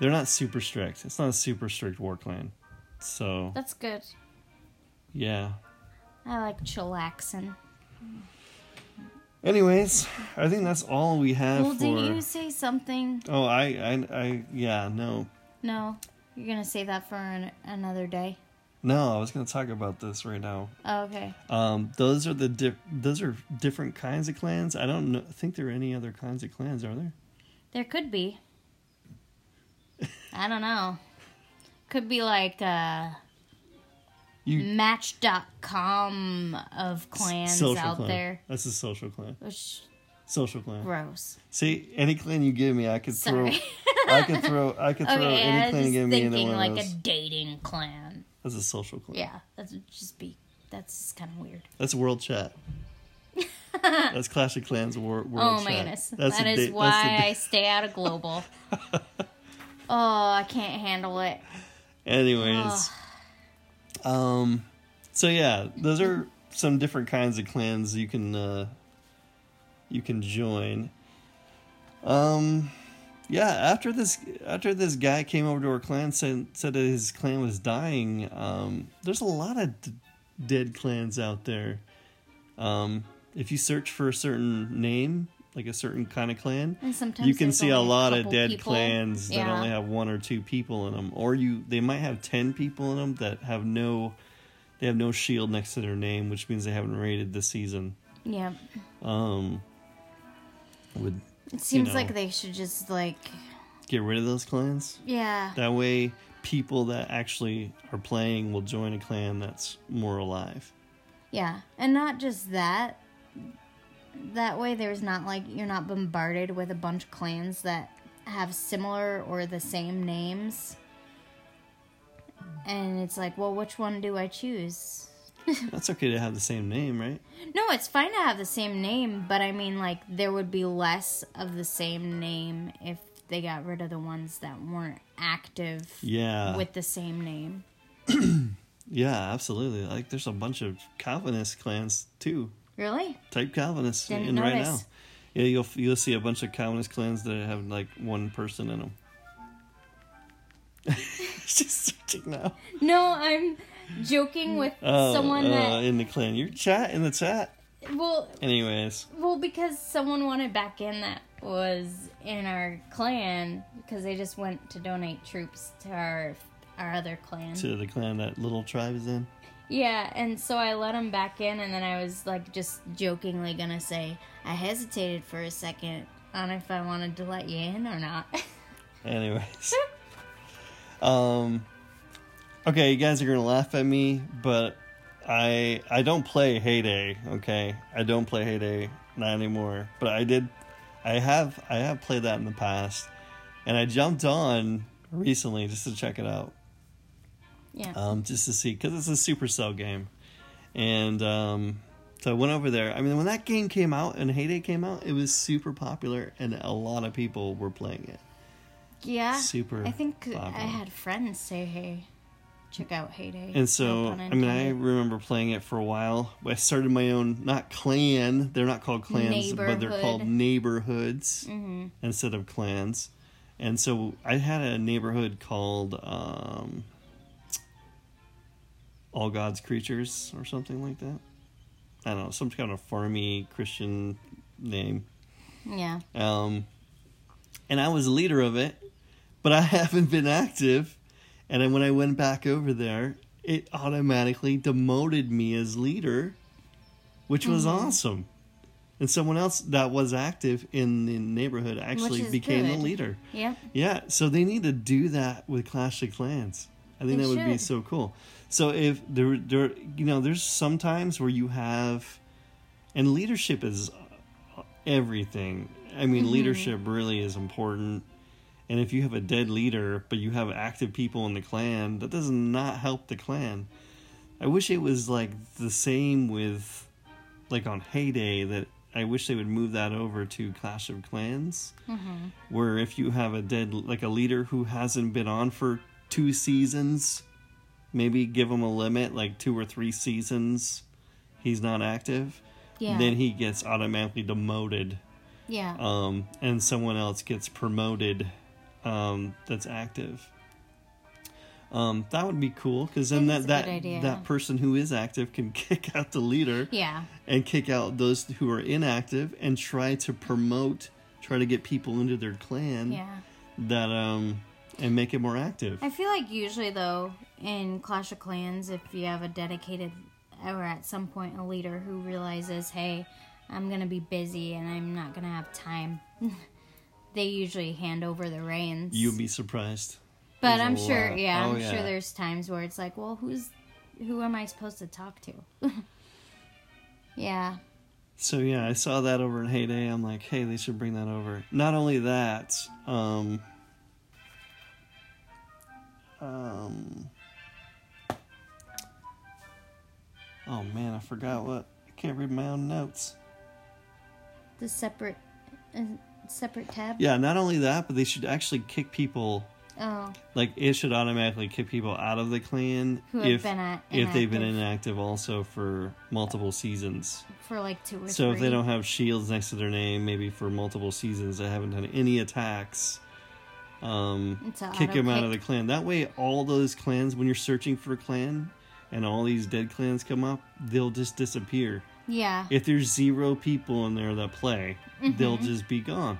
[SPEAKER 1] they're not super strict. It's not a super strict war clan. So,
[SPEAKER 2] that's good.
[SPEAKER 1] yeah.
[SPEAKER 2] I like chillaxing.
[SPEAKER 1] Anyways, I think that's all we have
[SPEAKER 2] Well,
[SPEAKER 1] for
[SPEAKER 2] did you say something?
[SPEAKER 1] Oh, I I I yeah, no.
[SPEAKER 2] No. You're going to save that for an, another day.
[SPEAKER 1] No, I was going to talk about this right now.
[SPEAKER 2] Oh, okay.
[SPEAKER 1] Um those are the di- those are different kinds of clans. I don't know, think there are any other kinds of clans, are there?
[SPEAKER 2] There could be. I don't know. Could be like uh,
[SPEAKER 1] You
[SPEAKER 2] match.com of clans
[SPEAKER 1] social
[SPEAKER 2] out
[SPEAKER 1] clan.
[SPEAKER 2] there.
[SPEAKER 1] That's a social clan.
[SPEAKER 2] Which
[SPEAKER 1] Social clan.
[SPEAKER 2] gross.
[SPEAKER 1] See, any clan you give me, I could
[SPEAKER 2] Sorry.
[SPEAKER 1] throw I could throw I could throw
[SPEAKER 2] okay, I
[SPEAKER 1] any
[SPEAKER 2] was
[SPEAKER 1] clan
[SPEAKER 2] just
[SPEAKER 1] game into
[SPEAKER 2] thinking
[SPEAKER 1] one
[SPEAKER 2] like
[SPEAKER 1] of those.
[SPEAKER 2] a dating clan.
[SPEAKER 1] That's a social clan.
[SPEAKER 2] Yeah, that's just be. That's kind of weird.
[SPEAKER 1] That's World Chat. that's Clash of Clans War, World
[SPEAKER 2] oh
[SPEAKER 1] Chat.
[SPEAKER 2] my goodness,
[SPEAKER 1] That's
[SPEAKER 2] that
[SPEAKER 1] a
[SPEAKER 2] is
[SPEAKER 1] da-
[SPEAKER 2] why
[SPEAKER 1] that's a da-
[SPEAKER 2] I stay out of global. oh, I can't handle it.
[SPEAKER 1] Anyways, um, so yeah, those are some different kinds of clans you can uh, you can join. Um, yeah, after this after this guy came over to our clan said said that his clan was dying. Um, there's a lot of d- dead clans out there. Um, if you search for a certain name, like a certain kind of clan,
[SPEAKER 2] And sometimes
[SPEAKER 1] you can
[SPEAKER 2] there's
[SPEAKER 1] see a
[SPEAKER 2] only
[SPEAKER 1] lot of
[SPEAKER 2] couple
[SPEAKER 1] dead
[SPEAKER 2] people.
[SPEAKER 1] clans that
[SPEAKER 2] Yeah.
[SPEAKER 1] only have one or two people in them or you they might have 10 people in them that have no they have no shield next to their name which means they haven't raided this season
[SPEAKER 2] Yeah,
[SPEAKER 1] um would
[SPEAKER 2] it seems
[SPEAKER 1] know.
[SPEAKER 2] like they should just like
[SPEAKER 1] get rid of those clans
[SPEAKER 2] yeah.
[SPEAKER 1] that way people that actually are playing will join a clan that's more alive
[SPEAKER 2] Yeah, and not just that. That way, there's not like you're not bombarded with a bunch of clans that have similar or the same names. And it's like, well, which one do I choose?
[SPEAKER 1] that's okay to have the same name right
[SPEAKER 2] No, it's fine to have the same name, but I mean, like, there would be less of the same name if they got rid of the ones that weren't active
[SPEAKER 1] yeah
[SPEAKER 2] with the same name.
[SPEAKER 1] yeah absolutely like there's a bunch of calvinist clans too
[SPEAKER 2] Really?
[SPEAKER 1] type Calvinists
[SPEAKER 2] Didn't
[SPEAKER 1] in right now.
[SPEAKER 2] notice.
[SPEAKER 1] Yeah, you'll you'll see a bunch of Calvinist clans that have like one person in them. She's searching now.
[SPEAKER 2] No, I'm joking with
[SPEAKER 1] Oh,
[SPEAKER 2] someone
[SPEAKER 1] uh,
[SPEAKER 2] that.
[SPEAKER 1] in the clan. Your chat in the chat.
[SPEAKER 2] Well,
[SPEAKER 1] Anyways,
[SPEAKER 2] Well, because someone wanted back in that was in our clan because they just went to donate troops to our our other clan.
[SPEAKER 1] to the clan that little tribe is in.
[SPEAKER 2] yeah, and so I let them back in, and then I was like just jokingly gonna say I hesitated for a second on if I wanted to let you in or not.
[SPEAKER 1] Anyways. um Okay, you guys are going to laugh at me, but I I don't play Heyday, okay? I don't play Heyday not anymore, but I did I have I have played that in the past and I jumped on recently just to check it out.
[SPEAKER 2] yeah,
[SPEAKER 1] Um just to see cuz it's a Supercell game. And um so I went over there. I mean, when that game came out and Heyday came out, it was super popular and a lot of people were playing it.
[SPEAKER 2] yeah.
[SPEAKER 1] super
[SPEAKER 2] I think I
[SPEAKER 1] popular.
[SPEAKER 2] had friends say, "Hey, check out Heyday."
[SPEAKER 1] And so,
[SPEAKER 2] No pun
[SPEAKER 1] I mean, I
[SPEAKER 2] intended.
[SPEAKER 1] remember playing it for a while. I started my own, not clan. They're not called clans, but they're called
[SPEAKER 2] Neighborhood.
[SPEAKER 1] neighborhoods
[SPEAKER 2] Mm-hmm.
[SPEAKER 1] instead of clans. And so I had a neighborhood called um, All God's Creatures or something like that. I don't know, some kind of farmy Christian name.
[SPEAKER 2] yeah,
[SPEAKER 1] Um, and I was leader of it, but I haven't been active. And then when I went back over there, it automatically demoted me as leader, which was
[SPEAKER 2] Mm-hmm.
[SPEAKER 1] awesome. And someone else that was active in the neighborhood actually
[SPEAKER 2] is
[SPEAKER 1] became the
[SPEAKER 2] good.
[SPEAKER 1] leader.
[SPEAKER 2] yeah.
[SPEAKER 1] Yeah, so they need to do that with Clash of Clans. I think
[SPEAKER 2] They
[SPEAKER 1] that would be
[SPEAKER 2] should.
[SPEAKER 1] so cool. So if there, there, you know, there's some times where you have, and leadership is uh, everything. I
[SPEAKER 2] Mm-hmm.
[SPEAKER 1] mean, leadership really is important. And if you have a dead leader, but you have active people in the clan, that does not help the clan. I wish it was like the same with, like on Heyday, that I wish they would move that over to Clash of Clans where if you have a dead like a leader who hasn't been on for two seasons maybe give him a limit like two or three seasons he's not active
[SPEAKER 2] Yeah.
[SPEAKER 1] then he gets automatically demoted
[SPEAKER 2] yeah.
[SPEAKER 1] um, and someone else gets promoted um, that's active um, that would be cool because then that
[SPEAKER 2] I think that's
[SPEAKER 1] that,
[SPEAKER 2] a good idea.
[SPEAKER 1] that person who is active can kick out the leader
[SPEAKER 2] yeah.
[SPEAKER 1] and kick out those who are inactive and try to promote try to get people into their clan
[SPEAKER 2] Yeah.
[SPEAKER 1] that um and make it more active.
[SPEAKER 2] I feel like usually though in Clash of Clans, if you have a dedicated or at some point a leader who realizes, hey, I'm gonna be busy and I'm not gonna have time, they usually hand over the reins.
[SPEAKER 1] You'd be surprised.
[SPEAKER 2] but
[SPEAKER 1] there's a
[SPEAKER 2] I'm sure,
[SPEAKER 1] lot.
[SPEAKER 2] yeah,
[SPEAKER 1] Oh,
[SPEAKER 2] I'm
[SPEAKER 1] yeah.
[SPEAKER 2] sure there's times where it's like, well, who's, who am I supposed to talk to? yeah,
[SPEAKER 1] So yeah, I saw that over in Heyday. I'm like, hey, they should bring that over. Not only that, um, um Oh man, I forgot what. I can't read my own notes.
[SPEAKER 2] The separate, uh, separate tab.
[SPEAKER 1] Yeah, not only that, but they should actually kick people
[SPEAKER 2] Oh,
[SPEAKER 1] like it should automatically kick people out of the clan
[SPEAKER 2] Who have
[SPEAKER 1] if
[SPEAKER 2] been a-
[SPEAKER 1] if they've been
[SPEAKER 2] inactive.
[SPEAKER 1] inactive also for multiple seasons.
[SPEAKER 2] for like two or
[SPEAKER 1] So
[SPEAKER 2] three.
[SPEAKER 1] if they don't have shields next to their name, maybe for multiple seasons, they haven't done any attacks. Um,
[SPEAKER 2] It's a
[SPEAKER 1] kick them out of the
[SPEAKER 2] auto-kick.
[SPEAKER 1] clan. That way, all those clans, when you're searching for a clan, and all these dead clans come up, they'll just disappear.
[SPEAKER 2] yeah,
[SPEAKER 1] If there's zero people in there that play, they'll just be gone.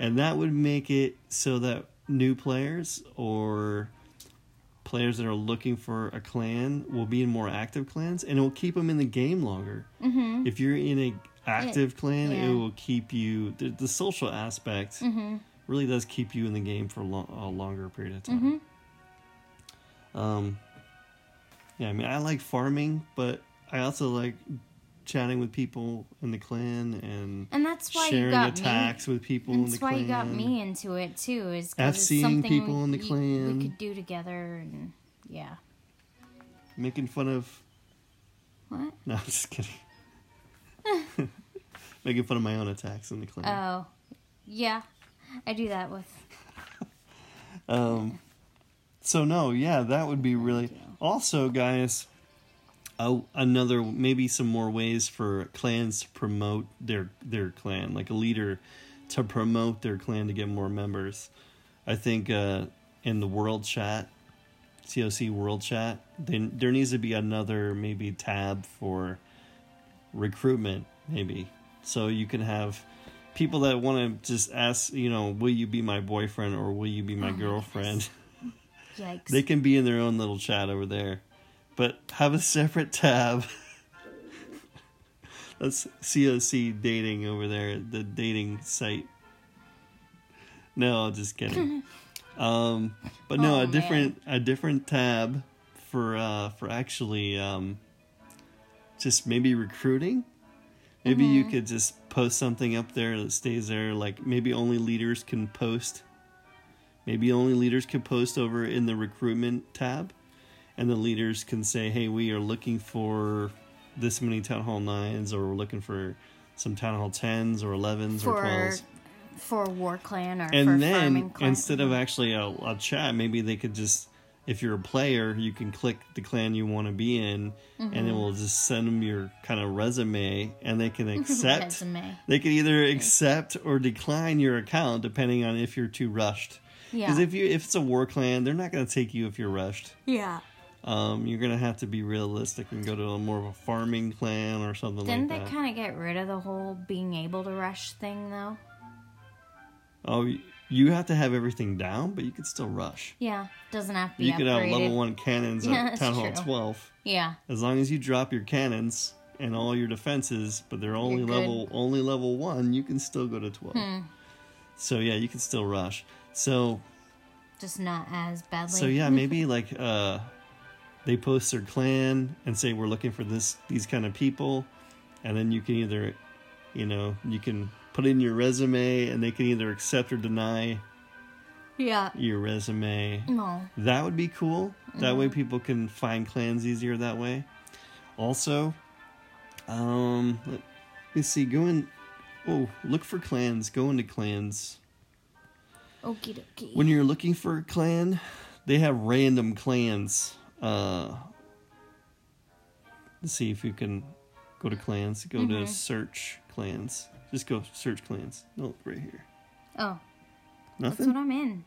[SPEAKER 1] And that would make it so that new players or players that are looking for a clan will be in more active clans and it will keep them in the game longer. Mm-hmm. If you're in a active clan,
[SPEAKER 2] yeah. Mm-hmm.
[SPEAKER 1] it will keep you the, the social aspect really does keep you in the game for lo- a longer period of time.
[SPEAKER 2] Mm-hmm.
[SPEAKER 1] Um, yeah, I mean, I like farming, but I also like chatting with people in the clan and,
[SPEAKER 2] and that's why you
[SPEAKER 1] sharing
[SPEAKER 2] got
[SPEAKER 1] attacks with people
[SPEAKER 2] me.
[SPEAKER 1] in the
[SPEAKER 2] That's why
[SPEAKER 1] clan.
[SPEAKER 2] you got me into it too. Is 'cause it's
[SPEAKER 1] FCing
[SPEAKER 2] something
[SPEAKER 1] people in the
[SPEAKER 2] you-
[SPEAKER 1] clan.
[SPEAKER 2] we could do together, and yeah.
[SPEAKER 1] Making fun of.
[SPEAKER 2] What?
[SPEAKER 1] No, I'm just kidding. Making fun of my own attacks in the clan.
[SPEAKER 2] Oh, yeah, I do that with.
[SPEAKER 1] Um, so no, yeah, that would be really. Also, guys, a, another maybe some more ways for clans to promote their their clan, like a leader to promote their clan to get more members. I think uh, in the world chat, COC world chat, then there needs to be another maybe tab for recruitment, maybe. So you can have people that want to just ask, you know, will you be my boyfriend or will you be Oh my girlfriend?
[SPEAKER 2] Yikes!
[SPEAKER 1] They can be in their own little chat over there, but have a separate tab. That's COC dating over there, the dating site. No, just kidding. um, but no,
[SPEAKER 2] Oh,
[SPEAKER 1] a different a different tab for uh, for actually um, just maybe recruiting. Maybe you could just post something up there that stays there. Like maybe only leaders can post Maybe only leaders can post over in the recruitment tab, and the leaders can say, "Hey, we are looking for this many town hall nines, or we're looking for some town hall tens or elevens or
[SPEAKER 2] for
[SPEAKER 1] twelves.
[SPEAKER 2] for war clan or for
[SPEAKER 1] And
[SPEAKER 2] farming
[SPEAKER 1] then
[SPEAKER 2] clan.
[SPEAKER 1] instead of actually a, a chat, maybe they could just, if you're a player, you can click the clan you want to be in,
[SPEAKER 2] Mm-hmm.
[SPEAKER 1] and it will just send them your kind of resume, and they can accept.
[SPEAKER 2] resume,
[SPEAKER 1] They can either accept or decline your account depending on if you're too rushed. Because
[SPEAKER 2] Yeah.
[SPEAKER 1] if you if it's a war clan, they're not going to take you if you're rushed.
[SPEAKER 2] yeah.
[SPEAKER 1] Um, you're going to have to be realistic and go to a more of a farming clan or something like
[SPEAKER 2] Didn't they
[SPEAKER 1] that.
[SPEAKER 2] kind of get rid of the whole being able to rush thing though?
[SPEAKER 1] oh, y- you have to have everything down, but you could still rush.
[SPEAKER 2] Yeah, doesn't have to be
[SPEAKER 1] You
[SPEAKER 2] upgraded.
[SPEAKER 1] could have level one cannons
[SPEAKER 2] Yeah,
[SPEAKER 1] at
[SPEAKER 2] that's
[SPEAKER 1] Town Hall
[SPEAKER 2] true.
[SPEAKER 1] 12
[SPEAKER 2] Yeah,
[SPEAKER 1] as long as you drop your cannons and all your defenses, but they're only
[SPEAKER 2] You're good. Hmm.
[SPEAKER 1] level only level one. You can still go to 12. So yeah, you can still rush. So
[SPEAKER 2] just not as badly.
[SPEAKER 1] So yeah, maybe like uh, they post their clan and say we're looking for this these kind of people, and then you can either, you know, you can put in your resume and they can either accept or deny
[SPEAKER 2] Yeah.
[SPEAKER 1] your resume.
[SPEAKER 2] No.
[SPEAKER 1] That would be cool. That way people can find clans easier that way. Also, um, let me see. Go in. Oh, look for clans. Go into clans.
[SPEAKER 2] Okie dokie.
[SPEAKER 1] when you're looking for a clan, they have random clans. Uh, let's see if you can go to clans. Go to search clans. Just go search clans. No, right here.
[SPEAKER 2] oh, that's
[SPEAKER 1] Nothing.
[SPEAKER 2] what I'm in.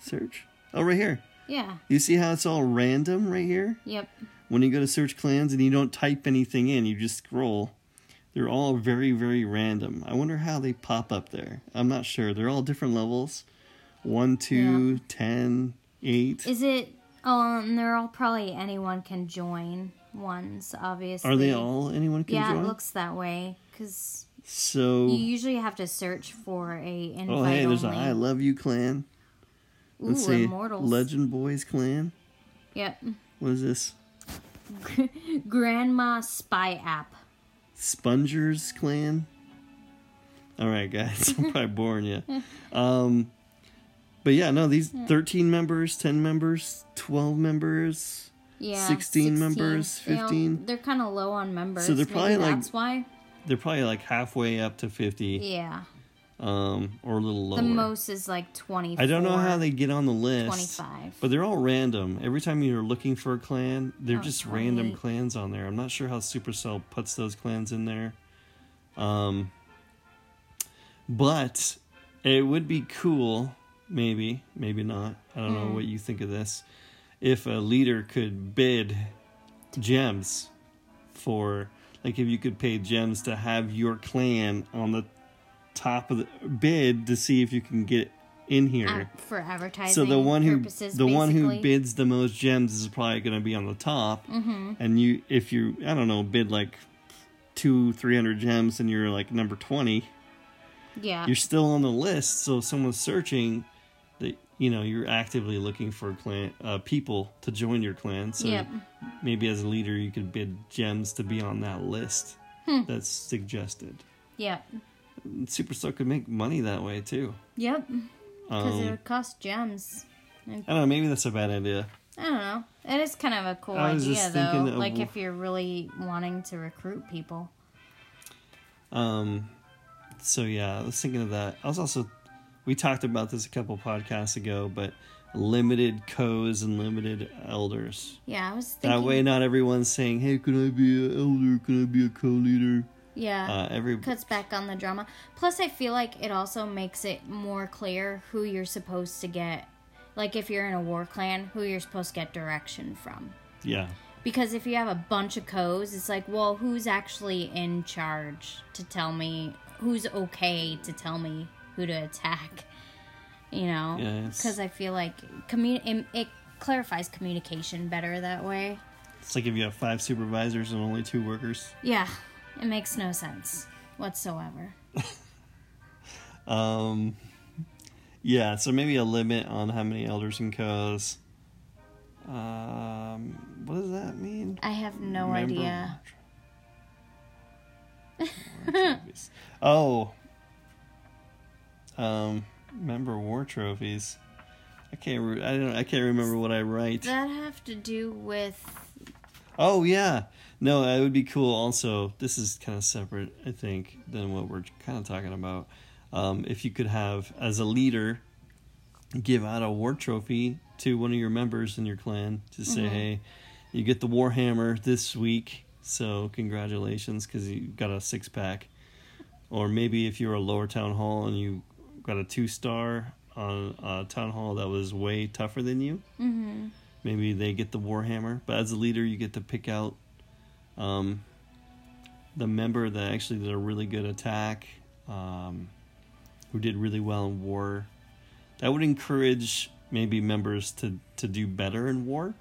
[SPEAKER 1] Search. Oh, right here.
[SPEAKER 2] Yeah.
[SPEAKER 1] You see how it's all random right here?
[SPEAKER 2] Yep.
[SPEAKER 1] When you go to search clans and you don't type anything in, you just scroll. They're all very, very random. I wonder how they pop up there. I'm not sure. They're all different levels. One, two, ten, eight.
[SPEAKER 2] Is it? Oh, and they're all probably anyone can join ones, obviously.
[SPEAKER 1] Are they all anyone can
[SPEAKER 2] Yeah,
[SPEAKER 1] join?
[SPEAKER 2] it looks that way because
[SPEAKER 1] so.
[SPEAKER 2] you usually have to search for a invite
[SPEAKER 1] Oh, hey, there's
[SPEAKER 2] only.
[SPEAKER 1] an I Love You clan. Let's
[SPEAKER 2] Ooh,
[SPEAKER 1] see.
[SPEAKER 2] immortals.
[SPEAKER 1] Legend Boys clan.
[SPEAKER 2] Yep.
[SPEAKER 1] What is this?
[SPEAKER 2] Grandma spy app.
[SPEAKER 1] Spongers clan. All right, guys, I'm probably boring you. Um, But yeah, no, these
[SPEAKER 2] Hmm.
[SPEAKER 1] 13 members, 10 members, 12 members.
[SPEAKER 2] Yeah.
[SPEAKER 1] 16 members,
[SPEAKER 2] They all-
[SPEAKER 1] 15.
[SPEAKER 2] They're kind of low on members.
[SPEAKER 1] So they're probably,
[SPEAKER 2] Maybe
[SPEAKER 1] like-
[SPEAKER 2] That's why.
[SPEAKER 1] They're probably like halfway up to 50
[SPEAKER 2] Yeah.
[SPEAKER 1] um, or a little lower.
[SPEAKER 2] The most is like 24.
[SPEAKER 1] I don't know how they get on the list.
[SPEAKER 2] 25.
[SPEAKER 1] But they're all random. Every time you're looking for a clan, they're
[SPEAKER 2] Oh,
[SPEAKER 1] just random
[SPEAKER 2] 28.
[SPEAKER 1] clans on there. I'm not sure how Supercell puts those clans in there. Um, but it would be cool, maybe, maybe not. I don't know what you think of this. If a leader could bid gems for, like, if you could pay gems to have your clan on the top of the bid to see if you can get in here.
[SPEAKER 2] Ad- for advertising
[SPEAKER 1] So the one who
[SPEAKER 2] purposes,
[SPEAKER 1] the one who
[SPEAKER 2] basically.
[SPEAKER 1] bids the most gems is probably going to be on the top. Mm-hmm. And you, if you, I don't know, bid like two, three hundred gems, and you're like number twenty,
[SPEAKER 2] Yeah.
[SPEAKER 1] you're still on the list. So if someone's searching, that you know you're actively looking for clan uh, people to join your clan. So
[SPEAKER 2] Yep.
[SPEAKER 1] maybe as a leader, you could bid gems to be on that list
[SPEAKER 2] Hmm.
[SPEAKER 1] that's suggested.
[SPEAKER 2] Yep.
[SPEAKER 1] And Superstar could make money that way too.
[SPEAKER 2] Yep. Because it
[SPEAKER 1] Um,
[SPEAKER 2] would cost gems.
[SPEAKER 1] I don't know. Maybe that's a bad idea.
[SPEAKER 2] I don't know. It is kind of a cool
[SPEAKER 1] I was
[SPEAKER 2] idea,
[SPEAKER 1] just
[SPEAKER 2] though.
[SPEAKER 1] thinking of-
[SPEAKER 2] Like if you're really wanting to recruit people.
[SPEAKER 1] Um, so yeah, I was thinking of that. I was also, we talked about this a couple podcasts ago, but limited co's and limited elders.
[SPEAKER 2] Yeah, I was
[SPEAKER 1] That
[SPEAKER 2] thinking.
[SPEAKER 1] way, not everyone's saying, "Hey, can I be an elder? Can I be a co-leader?"
[SPEAKER 2] Yeah.
[SPEAKER 1] Uh, every
[SPEAKER 2] cuts back on the drama. Plus, I feel like it also makes it more clear who you're supposed to get. Like if you're in a war clan, who you're supposed to get direction from.
[SPEAKER 1] yeah,
[SPEAKER 2] Because if you have a bunch of co's, it's like, well, who's actually in charge to tell me who's okay to tell me who to attack? You know,
[SPEAKER 1] Yeah, it's-
[SPEAKER 2] because I feel like commu- it, it clarifies communication better that way.
[SPEAKER 1] it's like if you have five supervisors and only two workers.
[SPEAKER 2] Yeah, it makes no sense whatsoever.
[SPEAKER 1] Um, yeah, so maybe a limit on how many elders and co's. Um, what does that mean?
[SPEAKER 2] I have no
[SPEAKER 1] Member
[SPEAKER 2] idea.
[SPEAKER 1] war trophies. oh. Um, member war trophies. I can't. Re- I don't. I can't remember what I write.
[SPEAKER 2] Does that have to do with
[SPEAKER 1] Oh yeah. No, it would be cool. Also, this is kind of separate, I think, than what we're kind of talking about. Um, if you could have, as a leader, give out a war trophy to one of your members in your clan to say, "Hey, you get the Warhammer this week, so congratulations because you got a six pack." Or maybe if you're a lower town hall and you got a two star on a town hall that was way tougher than you,
[SPEAKER 2] mm-hmm.
[SPEAKER 1] maybe they get the warhammer but as a leader you get to pick out um, the member that actually did a really good attack um, who did really well in war that would encourage maybe members to, to do better in war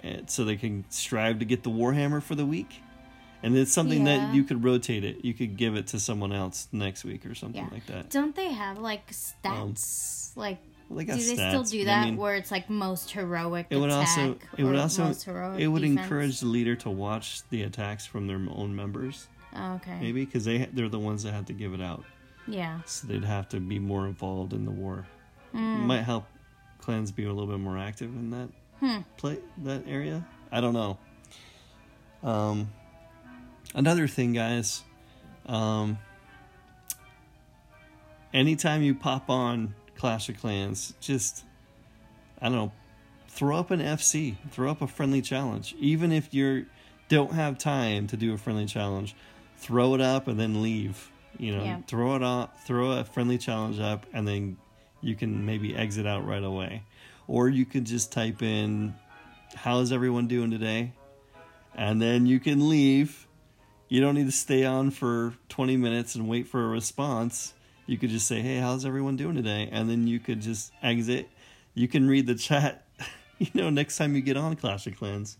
[SPEAKER 1] and so they can strive to get the warhammer for the week and it's something
[SPEAKER 2] Yeah.
[SPEAKER 1] that you could rotate it you could give it to someone else next week or something
[SPEAKER 2] Yeah.
[SPEAKER 1] like that
[SPEAKER 2] Don't they have like stats?
[SPEAKER 1] Um,
[SPEAKER 2] like,
[SPEAKER 1] Well, they
[SPEAKER 2] do
[SPEAKER 1] got
[SPEAKER 2] they
[SPEAKER 1] stats,
[SPEAKER 2] still do
[SPEAKER 1] but I
[SPEAKER 2] that
[SPEAKER 1] mean-
[SPEAKER 2] where it's like most heroic
[SPEAKER 1] it would
[SPEAKER 2] attack
[SPEAKER 1] also it would
[SPEAKER 2] or
[SPEAKER 1] also
[SPEAKER 2] most heroic
[SPEAKER 1] it would
[SPEAKER 2] defense?
[SPEAKER 1] encourage the leader to watch the attacks from their own members
[SPEAKER 2] Oh, okay.
[SPEAKER 1] maybe because they they're the ones that have to give it out
[SPEAKER 2] Yeah.
[SPEAKER 1] so they'd have to be more involved in the war
[SPEAKER 2] Hmm.
[SPEAKER 1] might help clans be a little bit more active in that
[SPEAKER 2] Hmm.
[SPEAKER 1] play that area i don't know um another thing guys um anytime you pop on clash of clans just i don't know throw up an FC, throw up a friendly challenge. Even if you don't have time to do a friendly challenge, throw it up and then leave. You know,
[SPEAKER 2] Yeah.
[SPEAKER 1] throw it up, throw a friendly challenge up, and then you can maybe exit out right away, or you could just type in, "How's everyone doing today?" and then you can leave. You don't need to stay on for 20 minutes and wait for a response. You could just say, "Hey, how's everyone doing today?" and then you could just exit. You can read the chat, you know, next time you get on Clash of Clans.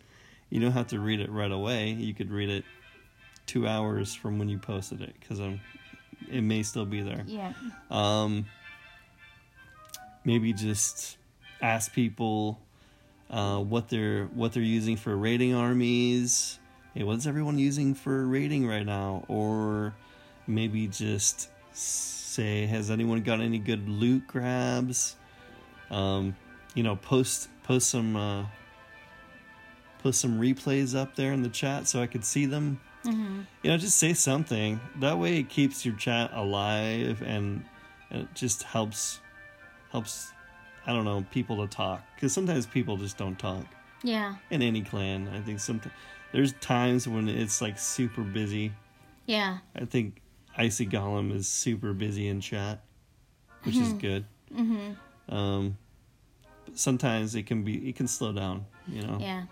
[SPEAKER 1] You don't have to read it right away. You could read it 2 hours from when you posted it cuz I'm it may still be there.
[SPEAKER 2] Yeah.
[SPEAKER 1] Um, maybe just ask people uh, what they're what they're using for raiding armies. Hey, what's everyone using for raiding right now? Or maybe just say, has anyone got any good loot grabs? Um, you know, post post some uh, post some replays up there in the chat so I could see them. You know, just say something. That way, it keeps your chat alive and, and it just helps helps. I don't know people to talk because sometimes people just don't talk
[SPEAKER 2] Yeah.
[SPEAKER 1] in any clan. I think sometimes there's times when it's like super busy.
[SPEAKER 2] Yeah.
[SPEAKER 1] I think Icy Golem is super busy in chat, which is good. Mm-hmm. Um, but sometimes it can be it can slow down, you know,
[SPEAKER 2] Yeah.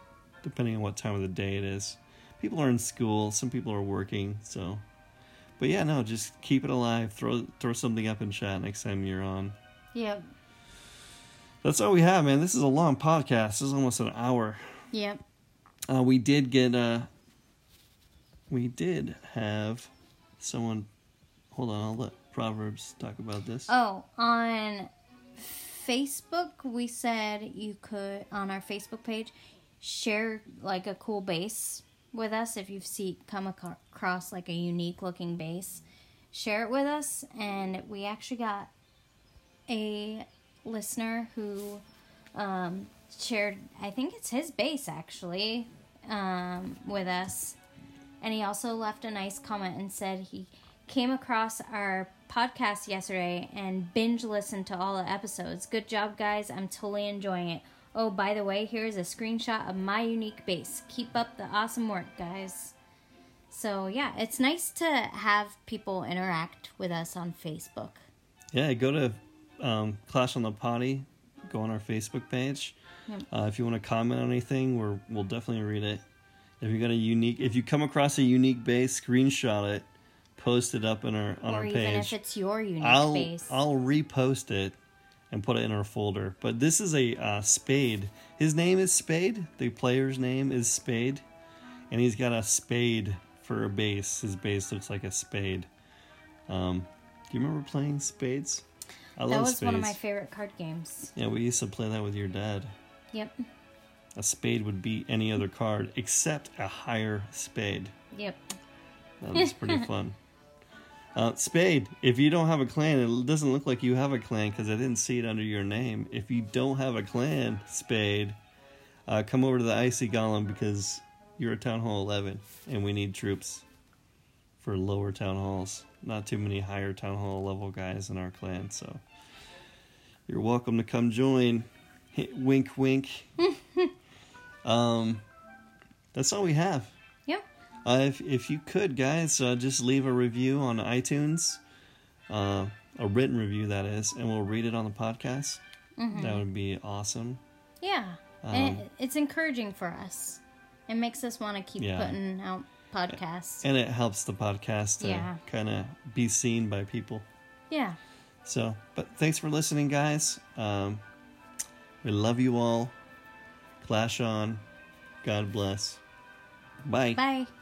[SPEAKER 1] depending on what time of the day it is. People are in school, some people are working, so. But yeah, no, just keep it alive. Throw throw something up in chat next time you're on.
[SPEAKER 2] Yep.
[SPEAKER 1] That's all we have, man. This is a long podcast. This is almost an hour.
[SPEAKER 2] Yep.
[SPEAKER 1] Uh, we did get uh we did have someone hold on, I'll let Proverbs talk about this.
[SPEAKER 2] Oh, on Facebook, we said you could on our Facebook page share like a cool base with us if you've see come aco- across like a unique looking base. Share it with us, and we actually got a listener who um, shared. I think it's his base actually um, with us. And he also left a nice comment and said he came across our podcast yesterday and binge listened to all the episodes. Good job, guys. I'm totally enjoying it. Oh, by the way, here is a screenshot of my unique base. Keep up the awesome work, guys. So, yeah, it's nice to have people interact with us on Facebook.
[SPEAKER 1] Yeah, go to um, Clash on the Potty, go on our Facebook page.
[SPEAKER 2] Yep.
[SPEAKER 1] Uh, if you want to comment on anything, we're, we'll definitely read it. If you got a unique, if you come across a unique base, screenshot it, post it up in our on
[SPEAKER 2] or
[SPEAKER 1] our
[SPEAKER 2] even if
[SPEAKER 1] page.
[SPEAKER 2] it's your unique
[SPEAKER 1] I'll
[SPEAKER 2] base.
[SPEAKER 1] I'll repost it and put it in our folder. But this is a uh, Spade. His name is Spade. The player's name is Spade, and he's got a spade for a base. His base looks like a spade. Um, do you remember playing spades? I
[SPEAKER 2] that
[SPEAKER 1] love
[SPEAKER 2] was
[SPEAKER 1] spades.
[SPEAKER 2] one of my favorite card games.
[SPEAKER 1] yeah, we used to play that with your dad.
[SPEAKER 2] Yep.
[SPEAKER 1] A spade would beat any other card except a higher spade.
[SPEAKER 2] Yep.
[SPEAKER 1] That was pretty fun. Uh, Spade, if you don't have a clan, it doesn't look like you have a clan because I didn't see it under your name. If you don't have a clan, Spade, uh, come over to the Icy Golem because you're at Town Hall 11 and we need troops for lower town halls. Not too many higher town hall level guys in our clan, so you're welcome to come join. Hit wink, wink. um, that's all we have.
[SPEAKER 2] Yep.
[SPEAKER 1] Uh, if, if you could, guys, uh, just leave a review on iTunes, uh, a written review, that is, and we'll read it on the podcast. That would be awesome.
[SPEAKER 2] Yeah. and
[SPEAKER 1] Um,
[SPEAKER 2] it, it's encouraging for us. It makes us want to keep
[SPEAKER 1] Yeah.
[SPEAKER 2] putting out podcasts.
[SPEAKER 1] And it helps the podcast to
[SPEAKER 2] Yeah.
[SPEAKER 1] kind of be seen by people.
[SPEAKER 2] yeah.
[SPEAKER 1] So, but thanks for listening, guys. Um, we love you all. Clash on. God bless. Bye.
[SPEAKER 2] Bye.